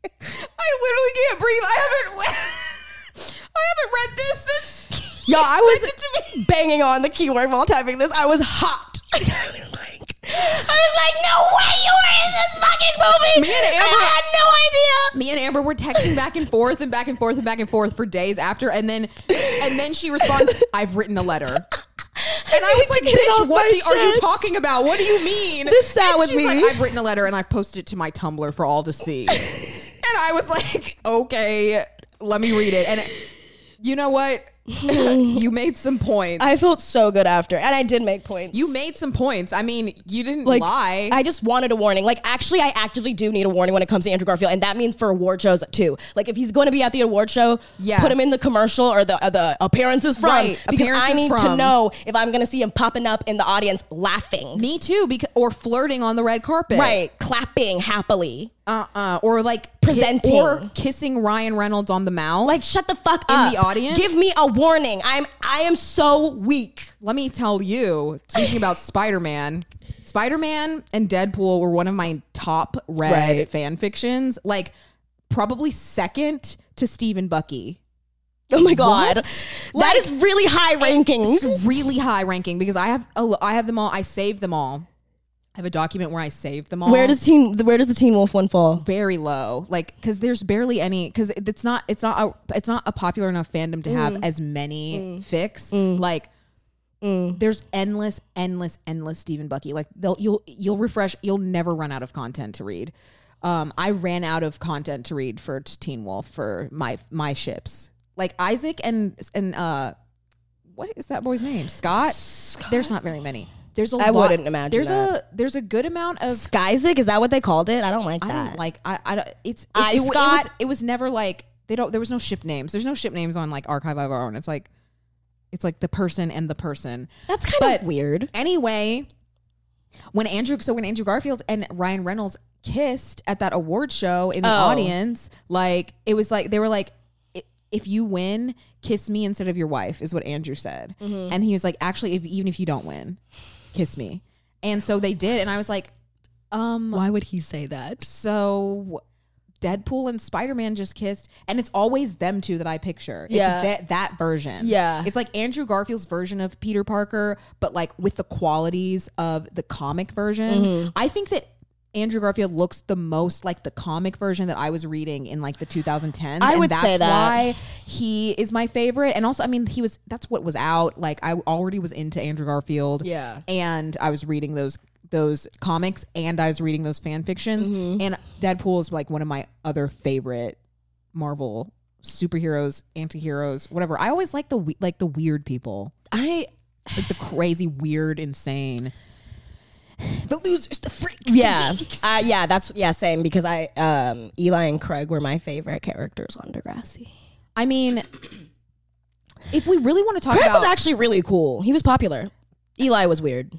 Speaker 3: I literally can't breathe. I haven't. I haven't read this since.
Speaker 4: Y'all, I was banging on the keyword while typing this. I was hot. I was like, I was like, no way you were in this fucking movie.
Speaker 3: Me and
Speaker 4: And
Speaker 3: Amber-
Speaker 4: I had no idea.
Speaker 3: Me and Amber were texting back and forth and back and forth and back and forth for days after, and then, and then she responds, "I've written a letter." And I was like,
Speaker 4: get it
Speaker 3: "Bitch,
Speaker 4: off
Speaker 3: what
Speaker 4: my
Speaker 3: do, are you
Speaker 4: chest."
Speaker 3: talking about? What do you mean?"
Speaker 4: This sat
Speaker 3: And
Speaker 4: with
Speaker 3: she's
Speaker 4: me.
Speaker 3: like, I've written a letter and I've posted it to my Tumblr for all to see. and I was like, "Okay, let me read it." And you know what? you made some points.
Speaker 4: I felt so good after, and I did make points.
Speaker 3: you made some points. I mean, you didn't
Speaker 4: like
Speaker 3: lie.
Speaker 4: I just wanted a warning. Like actually, I actively do need a warning when it comes to Andrew Garfield, and that means for award shows too. Like if he's going to be at the award show,
Speaker 3: Yeah.
Speaker 4: put him in the commercial or the uh, the appearances from
Speaker 3: Right,
Speaker 4: because I
Speaker 3: appearances
Speaker 4: need to
Speaker 3: from.
Speaker 4: know if I'm going to see him popping up in the audience laughing,
Speaker 3: Me too, because or flirting on the red carpet,
Speaker 4: right, clapping happily.
Speaker 3: Uh, uh or like
Speaker 4: Presenting.
Speaker 3: or kissing Ryan Reynolds on the mouth.
Speaker 4: Like, shut the fuck
Speaker 3: In
Speaker 4: up.
Speaker 3: the audience?
Speaker 4: Give me a warning. I'm I am so weak.
Speaker 3: let me tell you, speaking about Spider Man, Spider Man and Deadpool were one of my top read
Speaker 4: Right.
Speaker 3: fan fictions. Like, probably second to Steve and Bucky.
Speaker 4: Oh my god. that
Speaker 3: Like,
Speaker 4: is really high ranking.
Speaker 3: It's really high ranking because I have a, I have them all. I saved them all. I have a document where I saved them all.
Speaker 4: Where does teen where does the Teen Wolf one fall?
Speaker 3: very low like because there's barely any because it's not it's not a, it's not a popular enough fandom to
Speaker 4: Mm.
Speaker 3: have as many fix like
Speaker 4: Mm.
Speaker 3: there's endless endless endless stephen bucky like they'll you'll you'll refresh you'll never run out of content to read um i ran out of content to read for t- teen wolf for my my ships like isaac and and uh what is that boy's name scott, there's not very many there's a
Speaker 4: I
Speaker 3: lot-
Speaker 4: wouldn't imagine
Speaker 3: there's
Speaker 4: that.
Speaker 3: a there's a good amount of
Speaker 4: Skysick, is that what they called it? I don't like
Speaker 3: I
Speaker 4: that.
Speaker 3: don't like I I don't it's it,
Speaker 4: I,
Speaker 3: it, it was-
Speaker 4: Scott-
Speaker 3: It was never like they don't there was no ship names. There's no ship names on like archive of our own. It's like it's like the person and the person.
Speaker 4: That's kind
Speaker 3: But
Speaker 4: of weird.
Speaker 3: Anyway, when Andrew so when Andrew Garfield and Ryan Reynolds kissed at that award show in the
Speaker 4: Oh.
Speaker 3: audience, like it was like they were like "I- if you win, kiss me instead of your wife is what Andrew said.
Speaker 4: Mm-hmm.
Speaker 3: And he was like actually if even if you don't win, kiss me. And so they did and I was like um
Speaker 4: Why would he say that?
Speaker 3: so Deadpool and Spider Man just kissed, and it's always them two that I picture. It's
Speaker 4: Yeah.
Speaker 3: that, that version.
Speaker 4: Yeah.
Speaker 3: it's like Andrew Garfield's version of Peter Parker, but like with the qualities of the comic version.
Speaker 4: Mm-hmm.
Speaker 3: I think that. Andrew Garfield looks the most like the comic version that I was reading in like the 2010s.
Speaker 4: I would
Speaker 3: and that's
Speaker 4: say that.
Speaker 3: why he is my favorite. And also, I mean, he was that's what was out. Like I already was into Andrew Garfield
Speaker 4: Yeah.
Speaker 3: and I was reading those those comics and I was reading those fan fictions
Speaker 4: Mm-hmm.
Speaker 3: and Deadpool is like one of my other favorite Marvel superheroes, antiheroes, whatever. I always like the we- like the weird people.
Speaker 4: I
Speaker 3: Like the crazy, weird, insane. The losers, the freaks.
Speaker 4: yeah, uh, yeah. That's yeah. Same because I um, Eli and Craig were my favorite characters on Degrassi.
Speaker 3: I mean, if we really want to talk
Speaker 4: Craig
Speaker 3: about
Speaker 4: was actually really cool. He was popular. Eli was weird,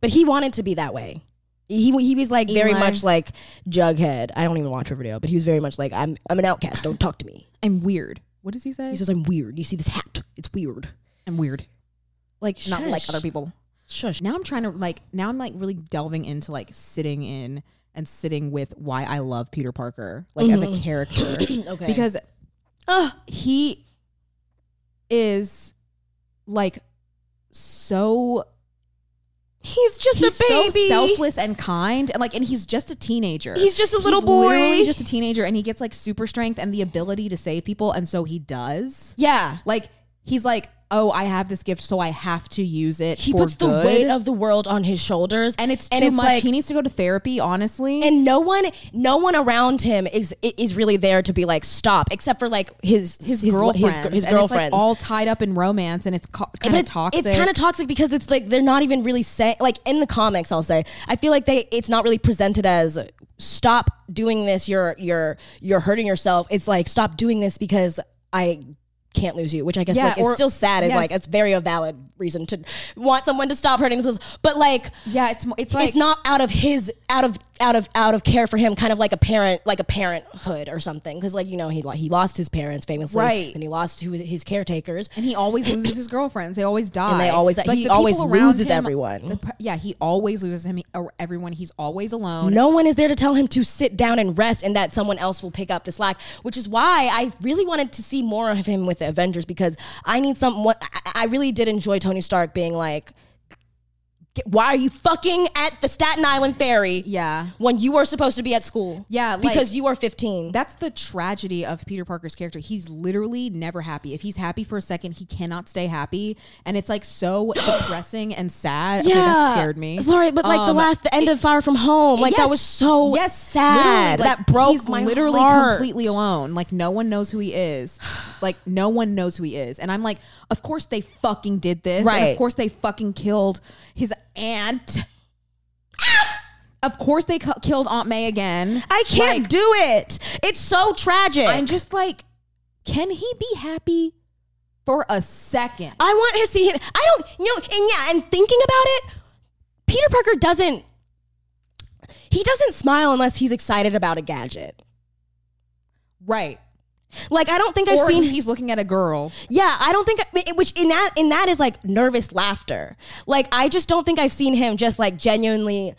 Speaker 4: but he wanted to be that way. He he was like very
Speaker 3: Eli.
Speaker 4: much like Jughead. I don't even watch Riverdale, but he was very much like I'm I'm an outcast. Don't talk to me.
Speaker 3: I'm weird. What does he say?
Speaker 4: He says I'm weird. You see this hat? It's weird.
Speaker 3: I'm weird.
Speaker 4: Like
Speaker 3: Not like
Speaker 4: shush.
Speaker 3: other people.
Speaker 4: Shush.
Speaker 3: now I'm trying to like now I'm like really delving into like sitting in and sitting with why I love Peter Parker like as a character
Speaker 4: Mm-hmm. Okay.
Speaker 3: because he is like so
Speaker 4: he's just
Speaker 3: he's
Speaker 4: a baby.
Speaker 3: so selfless and kind and like and he's just a teenager
Speaker 4: He's just a little
Speaker 3: He's literally
Speaker 4: boy.
Speaker 3: just a teenager and he gets like super strength and the ability to save people and so he does
Speaker 4: yeah.
Speaker 3: like he's like oh I have this gift so I have to use it
Speaker 4: He
Speaker 3: for
Speaker 4: puts the
Speaker 3: good.
Speaker 4: weight of the world on his shoulders,
Speaker 3: and it's too much.
Speaker 4: like-
Speaker 3: he needs to go to therapy, honestly.
Speaker 4: and no one no one around him is is really there to be like stop except for like his
Speaker 3: his,
Speaker 4: his
Speaker 3: girlfriends,
Speaker 4: his, his
Speaker 3: and it's like
Speaker 4: girlfriends
Speaker 3: all tied up in romance, and it's co- kind
Speaker 4: But
Speaker 3: of
Speaker 4: it-
Speaker 3: toxic.
Speaker 4: It's kind of toxic because it's like they're not even really saying like in the comics. I'll say I feel like they it's not really presented as stop doing this. You're you're you're hurting yourself. It's like stop doing this because I can't lose you, which I guess
Speaker 3: Yeah,
Speaker 4: like is
Speaker 3: or-
Speaker 4: still sad. It's
Speaker 3: yes.
Speaker 4: like it's very a valid reason to want someone to stop hurting themselves, but like
Speaker 3: yeah. It's mo- it's like
Speaker 4: it's not out of his out of out of out of care for him kind of like a parent like a parenthood or something because like you know he lo- he lost his parents famously
Speaker 3: Right.
Speaker 4: and he lost who his caretakers
Speaker 3: And he always loses his girlfriends. They always die.
Speaker 4: And they always-
Speaker 3: But
Speaker 4: he
Speaker 3: the
Speaker 4: always
Speaker 3: people around
Speaker 4: loses
Speaker 3: him-
Speaker 4: everyone.
Speaker 3: the per- yeah, he always loses him. or Everyone. He's always alone.
Speaker 4: no one is there to tell him to sit down and rest and that someone else will pick up the slack which is why i really wanted to see more of him with the avengers because i need someone I- i really did enjoy tony stark being like "Get- why are you fucking at the staten island ferry
Speaker 3: Yeah.
Speaker 4: when you are supposed to be at school
Speaker 3: Yeah, like-
Speaker 4: because you are 15
Speaker 3: That's the tragedy of Peter Parker's character. He's literally never happy. If he's happy for a second, he cannot stay happy, and it's like so depressing and sad. Okay, that scared me.
Speaker 4: Sorry, but like the
Speaker 3: Um,
Speaker 4: last, the end of Far From Home, like that
Speaker 3: Yes.
Speaker 4: was so
Speaker 3: Yes.
Speaker 4: sad.
Speaker 3: Literally, like,
Speaker 4: that broke
Speaker 3: he's
Speaker 4: my
Speaker 3: literally
Speaker 4: heart.
Speaker 3: completely alone. Like no one knows who he is. Like no one knows who he is. And I'm like, of course they fucking did this. And
Speaker 4: Right.
Speaker 3: of course they fucking killed his aunt. of course they cu- killed Aunt May again.
Speaker 4: I can't
Speaker 3: Like,
Speaker 4: do it. It's so tragic.
Speaker 3: I'm just like, can he be happy for a second?
Speaker 4: I want to see him. I don't, you know, and yeah, and thinking about it, Peter Parker doesn't, he doesn't smile unless he's excited about a gadget.
Speaker 3: right.
Speaker 4: Like I don't think I've
Speaker 3: or
Speaker 4: seen
Speaker 3: he's looking at a girl.
Speaker 4: Yeah, I don't think it- which in that in that is like nervous laughter. Like I just don't think I've seen him just like genuinely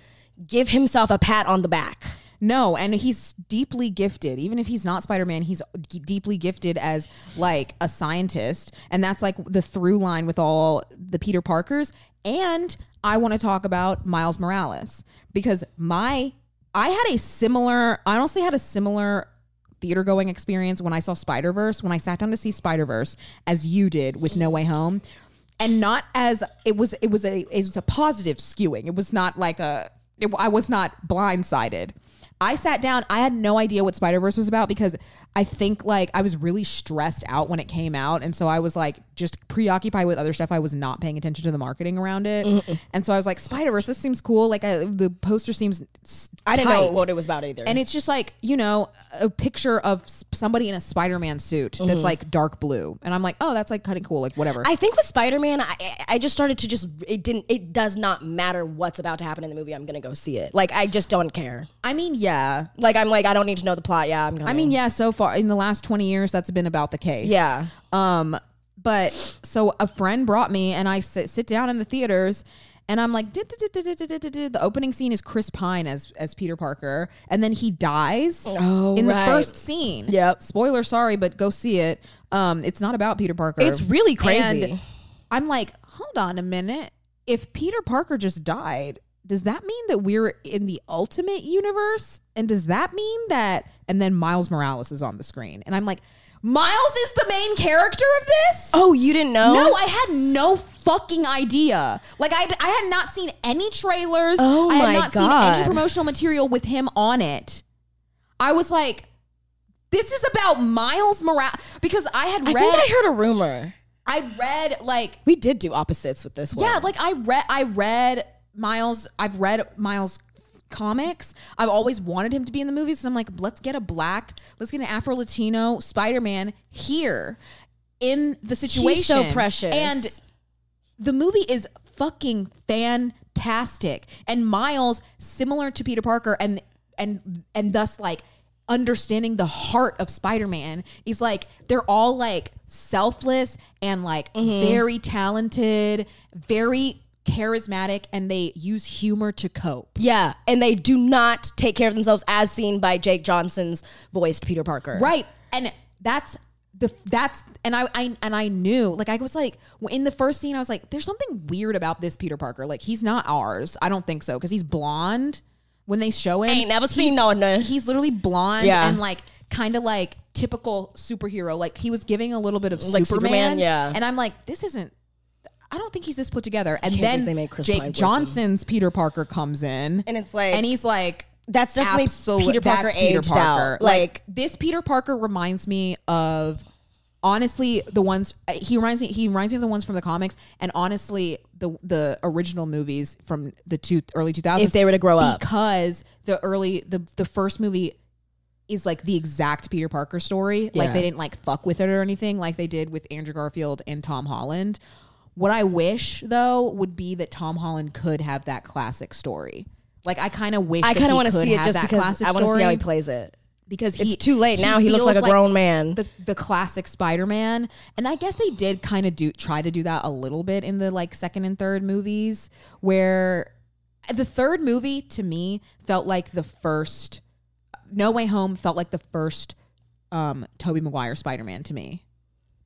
Speaker 4: give himself a pat on the back.
Speaker 3: No, and he's deeply gifted. Even if he's not Spider Man, he's g- deeply gifted as like a scientist, and that's like the through line with all the Peter Parkers. And I want to talk about Miles Morales because my I had a similar. I honestly had a similar theater going experience when I saw Spider Verse. When I sat down to see Spider Verse, as you did with No Way Home. And not as it was, it was a it was a positive skewing. It was not like a it, I was not blindsided. I sat down. I had no idea what Spider Verse was about because I think like I was really stressed out when it came out, and so I was like just preoccupied with other stuff. I was not paying attention to the marketing around it, and so I was like, Spider Verse, this seems cool. Like I, the poster seems. s-
Speaker 4: I didn't know
Speaker 3: tight.
Speaker 4: what it was about either.
Speaker 3: And it's just like, you know, a picture of s- somebody in a Spider Man suit that's like dark blue. And I'm like, oh, that's like kind of cool. Like, whatever.
Speaker 4: Mm-hmm. I think with Spider Man, I I just started to just it didn't it does not matter what's about to happen in the movie. I'm gonna go see it. Like I just don't care.
Speaker 3: I mean, yeah.
Speaker 4: Like I'm like I don't need to know the plot. Yeah, I'm. Going.
Speaker 3: I mean, yeah, so far in the last 20 years, that's been about the case.
Speaker 4: Yeah.
Speaker 3: Um, but so a friend brought me and I sit, sit down in the theaters and I'm like, "Did, did, did, did, did, did, did, did." the opening scene is Chris Pine as, as Peter Parker. And then he dies
Speaker 4: Oh,
Speaker 3: in
Speaker 4: right.
Speaker 3: the first scene.
Speaker 4: Yep.
Speaker 3: Spoiler, sorry, but go see it. Um, it's not about Peter Parker.
Speaker 4: It's really crazy.
Speaker 3: And I'm like, hold on a minute. If Peter Parker just died, does that mean that we're in the ultimate universe? And does that mean that? And then Miles Morales is on the screen. And I'm like, Miles is the main character of this?
Speaker 4: Oh, you didn't know?
Speaker 3: No, I had no fucking idea. Like I, I had not seen any trailers.
Speaker 4: Oh
Speaker 3: I had
Speaker 4: my
Speaker 3: not seen
Speaker 4: God.
Speaker 3: any promotional material with him on it. I was like, this is about Miles Morales because I had
Speaker 4: I
Speaker 3: read
Speaker 4: think I heard a rumor.
Speaker 3: I read like
Speaker 4: We did do opposites with this one.
Speaker 3: yeah, like I read I read Miles I've read Miles comics. I've always wanted him to be in the movies. And I'm like, let's get a black, let's get an Afro Latino Spider-Man here in the situation.
Speaker 4: He's so precious.
Speaker 3: And the movie is fucking fantastic and miles similar to peter parker and and and thus like understanding the heart of spider-man is like they're all like selfless and like very talented very charismatic and they use humor to cope
Speaker 4: Yeah, and they do not take care of themselves as seen by Jake Johnson's voiced Peter Parker.
Speaker 3: right and that's the that's and I, I and i knew like i was like in the first scene i was like there's something weird about this peter parker like he's not ours i don't think so because he's blonde when they show him
Speaker 4: Ain't never
Speaker 3: he's-
Speaker 4: seen no none.
Speaker 3: he's literally blonde
Speaker 4: Yeah.
Speaker 3: and like kind of like typical superhero like he was giving a little bit of
Speaker 4: Like
Speaker 3: superman,
Speaker 4: Superman, yeah.
Speaker 3: and i'm like this isn't I don't think he's this put together. And
Speaker 4: can't
Speaker 3: then
Speaker 4: believe they made Chris
Speaker 3: Jake
Speaker 4: Pine voice him.
Speaker 3: Johnson's Peter Parker comes in,
Speaker 4: And it's like-
Speaker 3: and he's like,
Speaker 4: That's definitely
Speaker 3: Absolute-
Speaker 4: Peter Parker
Speaker 3: that's Peter
Speaker 4: aged
Speaker 3: Parker.
Speaker 4: out. Like,
Speaker 3: this Peter Parker reminds me of honestly the ones uh, he reminds me he reminds me of the ones from the comics and honestly the the original movies from the two early 2000s
Speaker 4: If they were to grow up.
Speaker 3: because the early the the first movie is like the exact Peter Parker story like
Speaker 4: Yeah.
Speaker 3: they didn't like fuck with it or anything like they did with Andrew Garfield and Tom Holland what I wish though would be that Tom Holland could have that classic story like I kind of wish
Speaker 4: I
Speaker 3: kind of
Speaker 4: want
Speaker 3: want
Speaker 4: to see it just because I want to see how he plays it.
Speaker 3: because
Speaker 4: It's
Speaker 3: he-
Speaker 4: too late now. He looks like
Speaker 3: feels
Speaker 4: a grown man.
Speaker 3: The the classic Spider Man, and I guess they did kind of do try to do that a little bit in the like second and third movies, where the third movie to me felt like the first. No Way Home felt like the first um Toby Maguire Spider Man to me.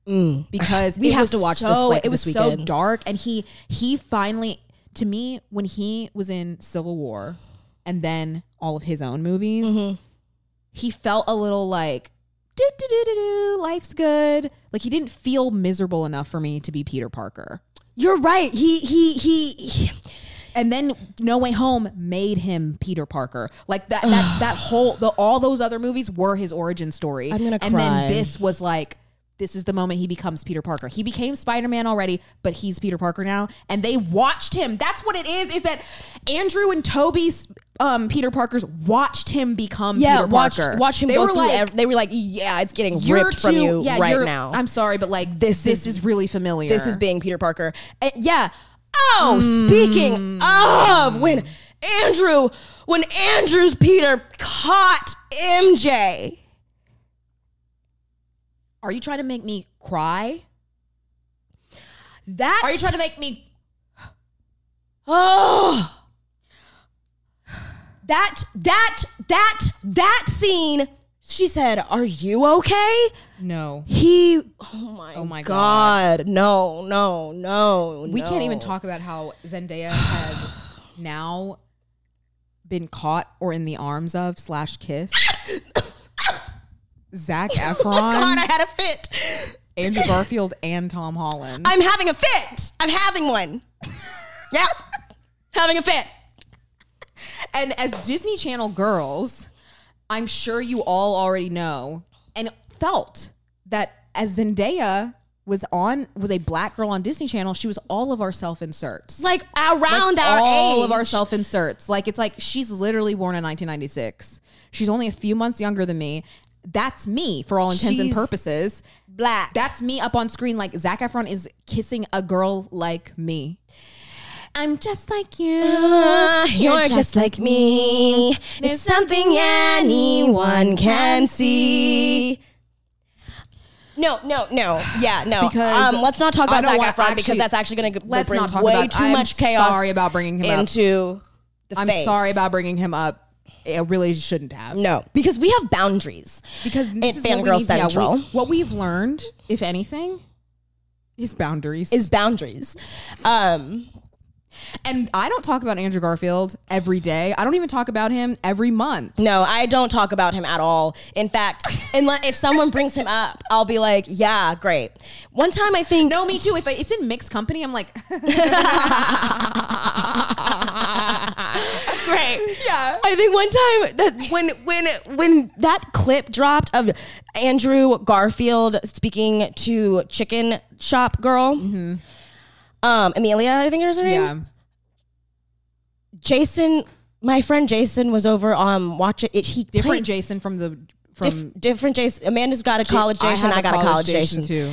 Speaker 4: Mm.
Speaker 3: Because
Speaker 4: We
Speaker 3: it
Speaker 4: have
Speaker 3: was
Speaker 4: to watch this,
Speaker 3: so,
Speaker 4: like,
Speaker 3: it was
Speaker 4: this
Speaker 3: so
Speaker 4: weekend.
Speaker 3: dark and he he finally to me when he was in Civil War and then all of his own movies
Speaker 4: Mm-hmm.
Speaker 3: he felt a little like do do do do do life's good like he didn't feel miserable enough for me to be Peter Parker
Speaker 4: You're right. He he he. he-
Speaker 3: and then No Way Home made him Peter Parker. Like that that that whole the all those other movies were his origin story.
Speaker 4: I'm gonna
Speaker 3: and
Speaker 4: cry.
Speaker 3: then this was like this is the moment he becomes Peter Parker. He became Spider-Man already, but he's Peter Parker now and they watched him. That's what it is is that Andrew and Toby's um Peter Parker's watched him become
Speaker 4: yeah,
Speaker 3: Peter
Speaker 4: watch
Speaker 3: Parker.
Speaker 4: watch him
Speaker 3: They
Speaker 4: go
Speaker 3: were
Speaker 4: through.
Speaker 3: like,
Speaker 4: ev- they were like, yeah, it's getting
Speaker 3: "You're
Speaker 4: ripped from
Speaker 3: too-
Speaker 4: you
Speaker 3: yeah,
Speaker 4: right
Speaker 3: you're-
Speaker 4: now.
Speaker 3: I'm sorry, but like
Speaker 4: This
Speaker 3: this this
Speaker 4: is-
Speaker 3: is, really familiar.
Speaker 4: this is being Peter Parker. Uh, yeah. Oh,
Speaker 3: Mm.
Speaker 4: speaking of when Andrew, when Andrew's Peter caught MJ
Speaker 3: Are you trying to make me cry?
Speaker 4: That
Speaker 3: Are you trying to make me
Speaker 4: Oh. That that that that scene. She said, "Are you okay?"
Speaker 3: No.
Speaker 4: He Oh my,
Speaker 3: Oh my
Speaker 4: god. No, no, no.
Speaker 3: We can't even
Speaker 4: no.
Speaker 3: talk about how Zendaya has now been caught or in the arms of slash kissed. Zach Efron,
Speaker 4: Oh God, I had a fit.
Speaker 3: Andrew Garfield, and Tom Holland.
Speaker 4: I'm having a fit. I'm having one. yeah. Having a fit.
Speaker 3: and as Disney Channel girls, I'm sure you all already know and felt that as Zendaya was on was a black girl on Disney Channel, she was all of our self inserts.
Speaker 4: Like around
Speaker 3: like
Speaker 4: our
Speaker 3: all
Speaker 4: age.
Speaker 3: of our self inserts. Like it's like she's literally born in 1996. She's only a few months younger than me. That's me for all intents and
Speaker 4: She's
Speaker 3: purposes.
Speaker 4: black.
Speaker 3: That's me up on screen. Like Zach Efron is kissing a girl like me. I'm just like you.
Speaker 4: Ah, Uh, You're just like me. It's something anyone can see. No, no, no. Yeah, no.
Speaker 3: Because
Speaker 4: um, let's not talk about
Speaker 3: I don't
Speaker 4: Zac
Speaker 3: wanna
Speaker 4: Efron because
Speaker 3: actually-
Speaker 4: that's actually going to
Speaker 3: Let's
Speaker 4: bring
Speaker 3: not talk
Speaker 4: way
Speaker 3: about-
Speaker 4: too
Speaker 3: I'm
Speaker 4: much chaos.
Speaker 3: sorry about bringing him up.
Speaker 4: into the
Speaker 3: I'm
Speaker 4: face.
Speaker 3: sorry about bringing him up. I really shouldn't have.
Speaker 4: no because we have boundaries.
Speaker 3: Because
Speaker 4: At
Speaker 3: this is what we
Speaker 4: Fangirl
Speaker 3: need- yeah, we-
Speaker 4: Central.
Speaker 3: what we've learned, if anything, is boundaries.
Speaker 4: Is boundaries. Um,
Speaker 3: and I don't talk about Andrew Garfield every day. I don't even talk about him every month.
Speaker 4: no, I don't talk about him at all. In fact, unless if someone brings him up, I'll be like, yeah, great. One time, I think
Speaker 3: No, me too. If I, it's in mixed company, I'm like,
Speaker 4: Right. Yeah. I think one time that when when when that clip dropped of Andrew Garfield speaking to Chicken Shop Girl, um, Amelia, I think is her name.
Speaker 3: yeah,
Speaker 4: Jason, my friend Jason was over um watching it. He
Speaker 3: different
Speaker 4: played
Speaker 3: Jason from the from
Speaker 4: diff- different Jason. Amanda's got a college
Speaker 3: I
Speaker 4: Jason.
Speaker 3: have
Speaker 4: um, I, got a college Jason.
Speaker 3: too.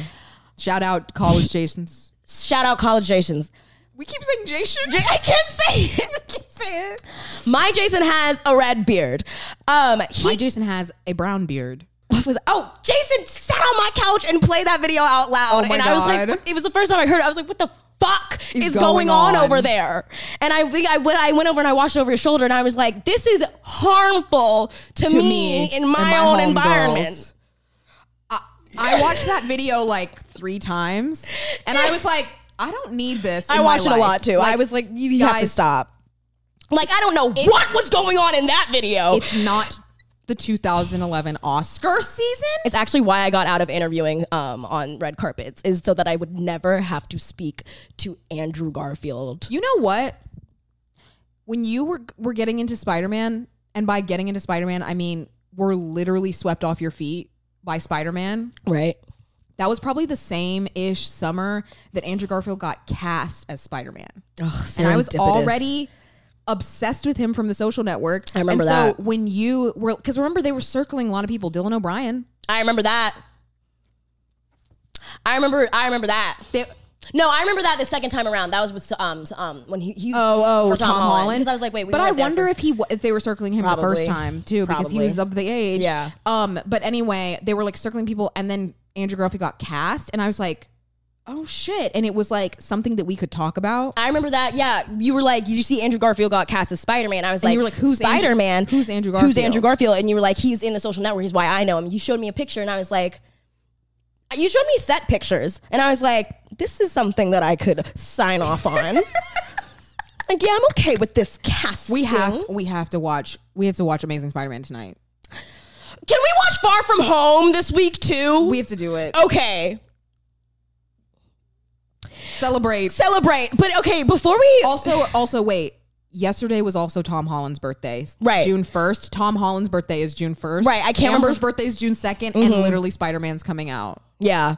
Speaker 3: Shout out college Jasons.
Speaker 4: Shout out college Jasons.
Speaker 3: We keep saying Jason.
Speaker 4: I can't say it. I can't say it. My Jason has a red beard. Um, he
Speaker 3: My Jason has a brown beard.
Speaker 4: what was oh Jason sat on my couch and played that video out loud
Speaker 3: Oh my
Speaker 4: and I was like
Speaker 3: God.
Speaker 4: what- it was the first time I heard it. I was like what the fuck is,
Speaker 3: Is
Speaker 4: going,
Speaker 3: going
Speaker 4: on,
Speaker 3: on?
Speaker 4: over there and I think I went I went over and I watched over his shoulder and I was like this is harmful to,
Speaker 3: to
Speaker 4: me, in my,
Speaker 3: and homegirls.
Speaker 4: own environment
Speaker 3: I, I watched that video like three times, and I was like, I don't need this. in
Speaker 4: I
Speaker 3: my
Speaker 4: watched it a
Speaker 3: life.
Speaker 4: lot too I was like you, you have to
Speaker 3: guys,
Speaker 4: stop like I don't know what was going on in that video
Speaker 3: It's not the 2011 Oscar season.
Speaker 4: It's actually why I got out of interviewing um, on red carpets is so that I would never have to speak to Andrew Garfield.
Speaker 3: You know what? When you were were getting into Spider Man, and by getting into Spider Man, I mean we're literally swept off your feet by Spider Man.
Speaker 4: Right.
Speaker 3: That was probably the same ish summer that Andrew Garfield got cast as Spider Man. and I was
Speaker 4: serendipitous.
Speaker 3: already obsessed with him from the social network.
Speaker 4: I remember
Speaker 3: and
Speaker 4: that.
Speaker 3: So when you were, because remember they were circling a lot of people, Dylan O'Brien.
Speaker 4: I remember that. I remember. I remember that.
Speaker 3: They,
Speaker 4: No, I remember that the second time around. That was with um um when he, he
Speaker 3: oh,
Speaker 4: for
Speaker 3: Tom, Holland.
Speaker 4: because I was like wait we
Speaker 3: but
Speaker 4: weren't
Speaker 3: I
Speaker 4: there
Speaker 3: wonder
Speaker 4: for-
Speaker 3: if he wa- if they were circling him the
Speaker 4: Probably.
Speaker 3: first time too, because he
Speaker 4: Probably.
Speaker 3: was of the age.
Speaker 4: Yeah.
Speaker 3: Um. But anyway, they were like circling people, and then Andrew Garfield got cast, and I was like, oh shit, and it was like something that we could talk about.
Speaker 4: I remember that. Yeah, you were like, you see Andrew Garfield got cast as Spider Man. I was
Speaker 3: And
Speaker 4: like,
Speaker 3: you were like, who's Andrew-
Speaker 4: Spider Man?
Speaker 3: who's Andrew
Speaker 4: Who's Andrew
Speaker 3: Garfield?
Speaker 4: Garfield? And you were like, he's in the Social Network. He's why I know him. You showed me a picture, and I was like, you showed me set pictures, and I was like, this is something that I could sign off on. like, yeah, I'm okay with this casting.
Speaker 3: we have to, we have to watch we have to watch Amazing Spider Man tonight.
Speaker 4: Can we watch Far From Home this week too?
Speaker 3: We have to do
Speaker 4: Oh.
Speaker 3: it.
Speaker 4: okay,
Speaker 3: Celebrate.
Speaker 4: celebrate. But okay, before we
Speaker 3: also, also wait. Yesterday was also Tom Holland's birthday.
Speaker 4: Right.
Speaker 3: June first. Tom Holland's birthday is June first.
Speaker 4: Right, I can't remember-
Speaker 3: Amber's birthday is June 2nd and literally Spider Man's coming out.
Speaker 4: yeah,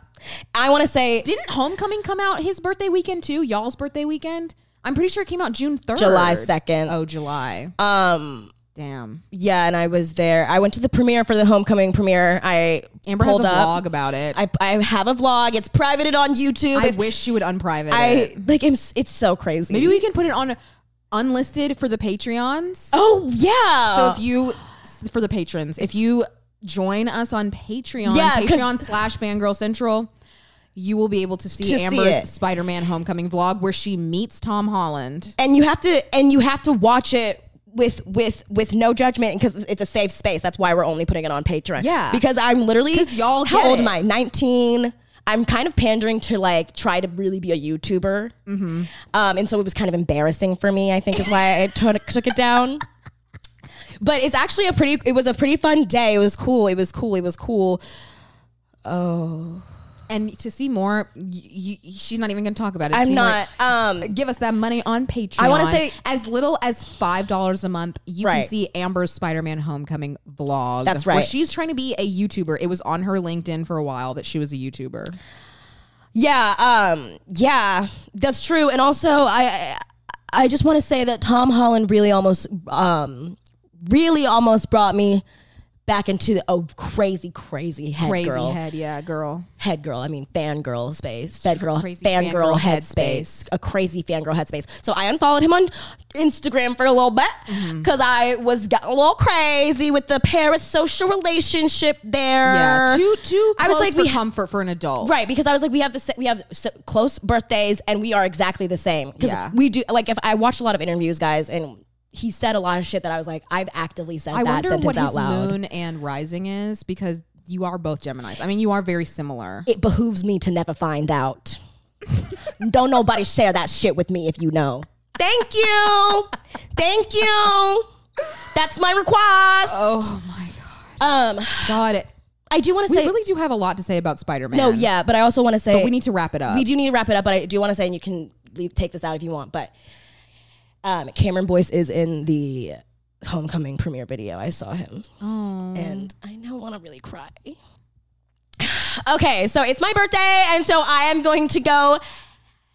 Speaker 4: I want to say
Speaker 3: Didn't Homecoming come out his birthday weekend too? Y'all's birthday weekend? I'm pretty sure it came out June third.
Speaker 4: July second.
Speaker 3: Oh, July.
Speaker 4: Um.
Speaker 3: Damn.
Speaker 4: Yeah, and I was there. I went to the premiere for the homecoming premiere. I
Speaker 3: Amber has
Speaker 4: pulled
Speaker 3: a
Speaker 4: up.
Speaker 3: vlog about it. I,
Speaker 4: I, I have a vlog. It's privated on YouTube. If-
Speaker 3: wish she would unprivate
Speaker 4: I
Speaker 3: it.
Speaker 4: like. I'm, s- it's so crazy.
Speaker 3: Maybe we can put it on unlisted for the Patreons.
Speaker 4: Oh yeah.
Speaker 3: So if you for the patrons, if you join us on Patreon,
Speaker 4: Yeah, 'cause-
Speaker 3: Patreon slash Fangirl Central. You will be able to see
Speaker 4: To see
Speaker 3: Amber's
Speaker 4: it.
Speaker 3: Spider Man Homecoming vlog where she meets Tom Holland.
Speaker 4: and you have to and you have to watch it with with with no judgment because it's a safe space. That's why we're only putting it on Patreon.
Speaker 3: Yeah.
Speaker 4: because I'm literally
Speaker 3: 'Cause y'all
Speaker 4: How
Speaker 3: get
Speaker 4: old
Speaker 3: it.
Speaker 4: am I? Nineteen. I'm kind of pandering to like try to really be a YouTuber,
Speaker 3: Mm-hmm.
Speaker 4: um, and so it was kind of embarrassing for me. I think is why I took took it down. But it's actually a pretty. It was a pretty fun day. It was cool. It was cool. It was cool.
Speaker 3: And to see more, y- y- she's not even going to talk about it.
Speaker 4: I'm
Speaker 3: See more-
Speaker 4: not. Um,
Speaker 3: give us that money on Patreon.
Speaker 4: wanna say-
Speaker 3: as little as five dollars a month, you
Speaker 4: Right.
Speaker 3: can see Amber's Spider-Man Homecoming vlog.
Speaker 4: That's
Speaker 3: Where
Speaker 4: right.
Speaker 3: she's trying to be a YouTuber. It was on her LinkedIn for a while that she was a YouTuber.
Speaker 4: Yeah, um, yeah, that's true. And also, I I I just want to say that Tom Holland really almost um really almost brought me back into the oh crazy crazy head
Speaker 3: Crazy
Speaker 4: girl
Speaker 3: head, yeah, girl.
Speaker 4: head girl. I mean fangirl space, fed girl,
Speaker 3: crazy
Speaker 4: fangirl
Speaker 3: fangirl
Speaker 4: head
Speaker 3: headspace.
Speaker 4: space, a crazy fangirl head space. So I unfollowed him on Instagram for a little bit
Speaker 3: Mm-hmm.
Speaker 4: because I was getting a little crazy with the parasocial relationship there.
Speaker 3: Yeah, too too.
Speaker 4: I was like,
Speaker 3: for
Speaker 4: we ha-
Speaker 3: comfort for an adult,
Speaker 4: Right, because I was like, we have the sa- we have s close birthdays, and we are exactly the same. Because
Speaker 3: Yeah.
Speaker 4: we do like if I watched a lot of interviews, guys, and he said a lot of shit that I was like, I've actively said
Speaker 3: I
Speaker 4: that
Speaker 3: wonder
Speaker 4: sentence
Speaker 3: what
Speaker 4: out
Speaker 3: his
Speaker 4: loud.
Speaker 3: moon and rising is because you are both Gemini's. I mean, you are very similar.
Speaker 4: It behooves me to never find out. Don't nobody share that shit with me if you know. Thank you, thank you. That's my request.
Speaker 3: oh my
Speaker 4: Um,
Speaker 3: god, it,
Speaker 4: I do want to
Speaker 3: we
Speaker 4: say
Speaker 3: really do have a lot to say about Spider-Man.
Speaker 4: no, yeah, but I also want to say
Speaker 3: but we need to wrap it up.
Speaker 4: we do need to wrap it up, but I do want to say, and you can leave, take this out if you want, but um, Cameron Boyce is in the homecoming premiere video. I saw him, and I now want to really cry. Okay, so it's my birthday, and so I am going to go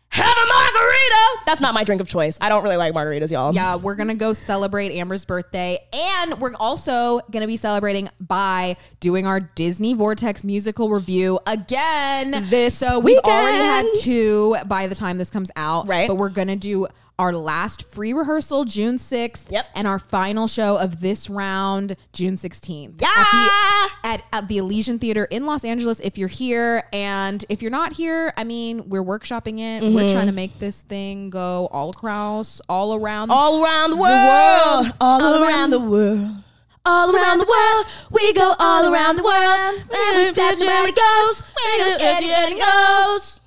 Speaker 4: have a margarita. That's not my drink of choice. I don't really like margaritas, y'all.
Speaker 3: Yeah, we're gonna go celebrate Amber's birthday, and we're also gonna be celebrating by doing our Disney Vortex musical review again
Speaker 4: This
Speaker 3: So we've already had
Speaker 4: weekend.
Speaker 3: two by the time this comes out,
Speaker 4: Right.
Speaker 3: But we're gonna do our last free rehearsal June sixth,
Speaker 4: Yep.
Speaker 3: and our final show of this round June sixteenth.
Speaker 4: Yeah.
Speaker 3: at, at the Elysian Theater in Los Angeles. If you're here, and if you're not here, I mean, we're workshopping it. We're
Speaker 4: Mm-hmm.
Speaker 3: trying to make this thing go all across, all around,
Speaker 4: All around the world,
Speaker 3: world.
Speaker 4: all, around the world. All around the world, we go all around the world. Every step where it goes, we go everywhere it goes.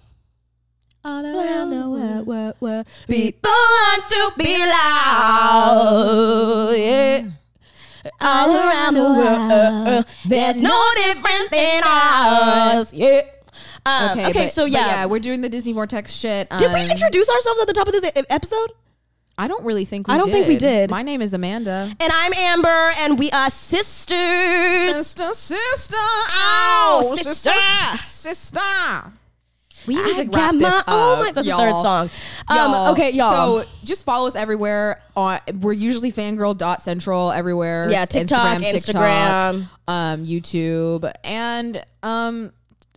Speaker 3: all around the world, world, world.
Speaker 4: People want to be loud. Yeah. All around the world, there's no different than us. Yeah. Um, okay,
Speaker 3: but-
Speaker 4: so
Speaker 3: but
Speaker 4: yeah.
Speaker 3: we're doing the Disney Vortex shit.
Speaker 4: Did we
Speaker 3: um,
Speaker 4: introduce ourselves at the top of this e- episode?
Speaker 3: I don't really think. We
Speaker 4: I don't think we did.
Speaker 3: My name is Amanda.
Speaker 4: And I'm Amber, and we are sisters.
Speaker 3: sister, oh,
Speaker 4: Ow, sister.
Speaker 3: sister. We
Speaker 4: I
Speaker 3: need to
Speaker 4: got
Speaker 3: wrap
Speaker 4: my
Speaker 3: this up,
Speaker 4: own mind. That's the third
Speaker 3: y'all.
Speaker 4: song. Um, okay, y'all.
Speaker 3: So just follow us everywhere. On we're usually fangirl.central everywhere.
Speaker 4: Yeah, TikTok, Instagram.
Speaker 3: um, YouTube, and um,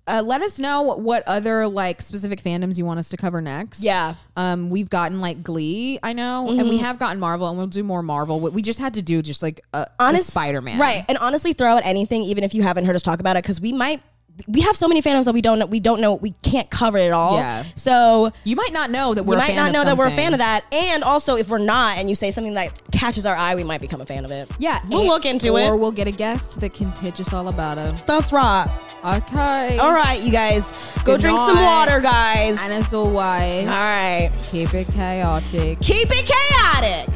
Speaker 3: uh, let us know what other like specific fandoms you want us to cover next.
Speaker 4: Yeah. Mm-hmm.
Speaker 3: um, we've gotten like Glee, I know, and we have gotten Marvel, and we'll do more Marvel. We- We just had to do just like a,
Speaker 4: Honest-
Speaker 3: Spider Man,
Speaker 4: right? And honestly, throw out anything, even if you haven't heard us talk about it, because we might. We have so many fandoms that we don't know. We don't know. We can't cover it all.
Speaker 3: Yeah.
Speaker 4: So
Speaker 3: You might not know that
Speaker 4: we
Speaker 3: we're a
Speaker 4: might
Speaker 3: fan
Speaker 4: not
Speaker 3: of
Speaker 4: know that we're a fan
Speaker 3: something.
Speaker 4: of that. And also, if we're not, and you say something that catches our eye, we might become a fan of it.
Speaker 3: Yeah,
Speaker 4: we'll
Speaker 3: and-
Speaker 4: look into
Speaker 3: or
Speaker 4: it.
Speaker 3: we'll get a guest that can teach us all about it.
Speaker 4: That's right.
Speaker 3: Okay.
Speaker 4: All right, you guys, go
Speaker 3: Good
Speaker 4: drink some
Speaker 3: night.
Speaker 4: water, guys.
Speaker 3: And as always,
Speaker 4: all right,
Speaker 3: keep it chaotic.
Speaker 4: keep it chaotic.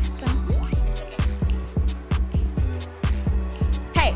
Speaker 4: Hey.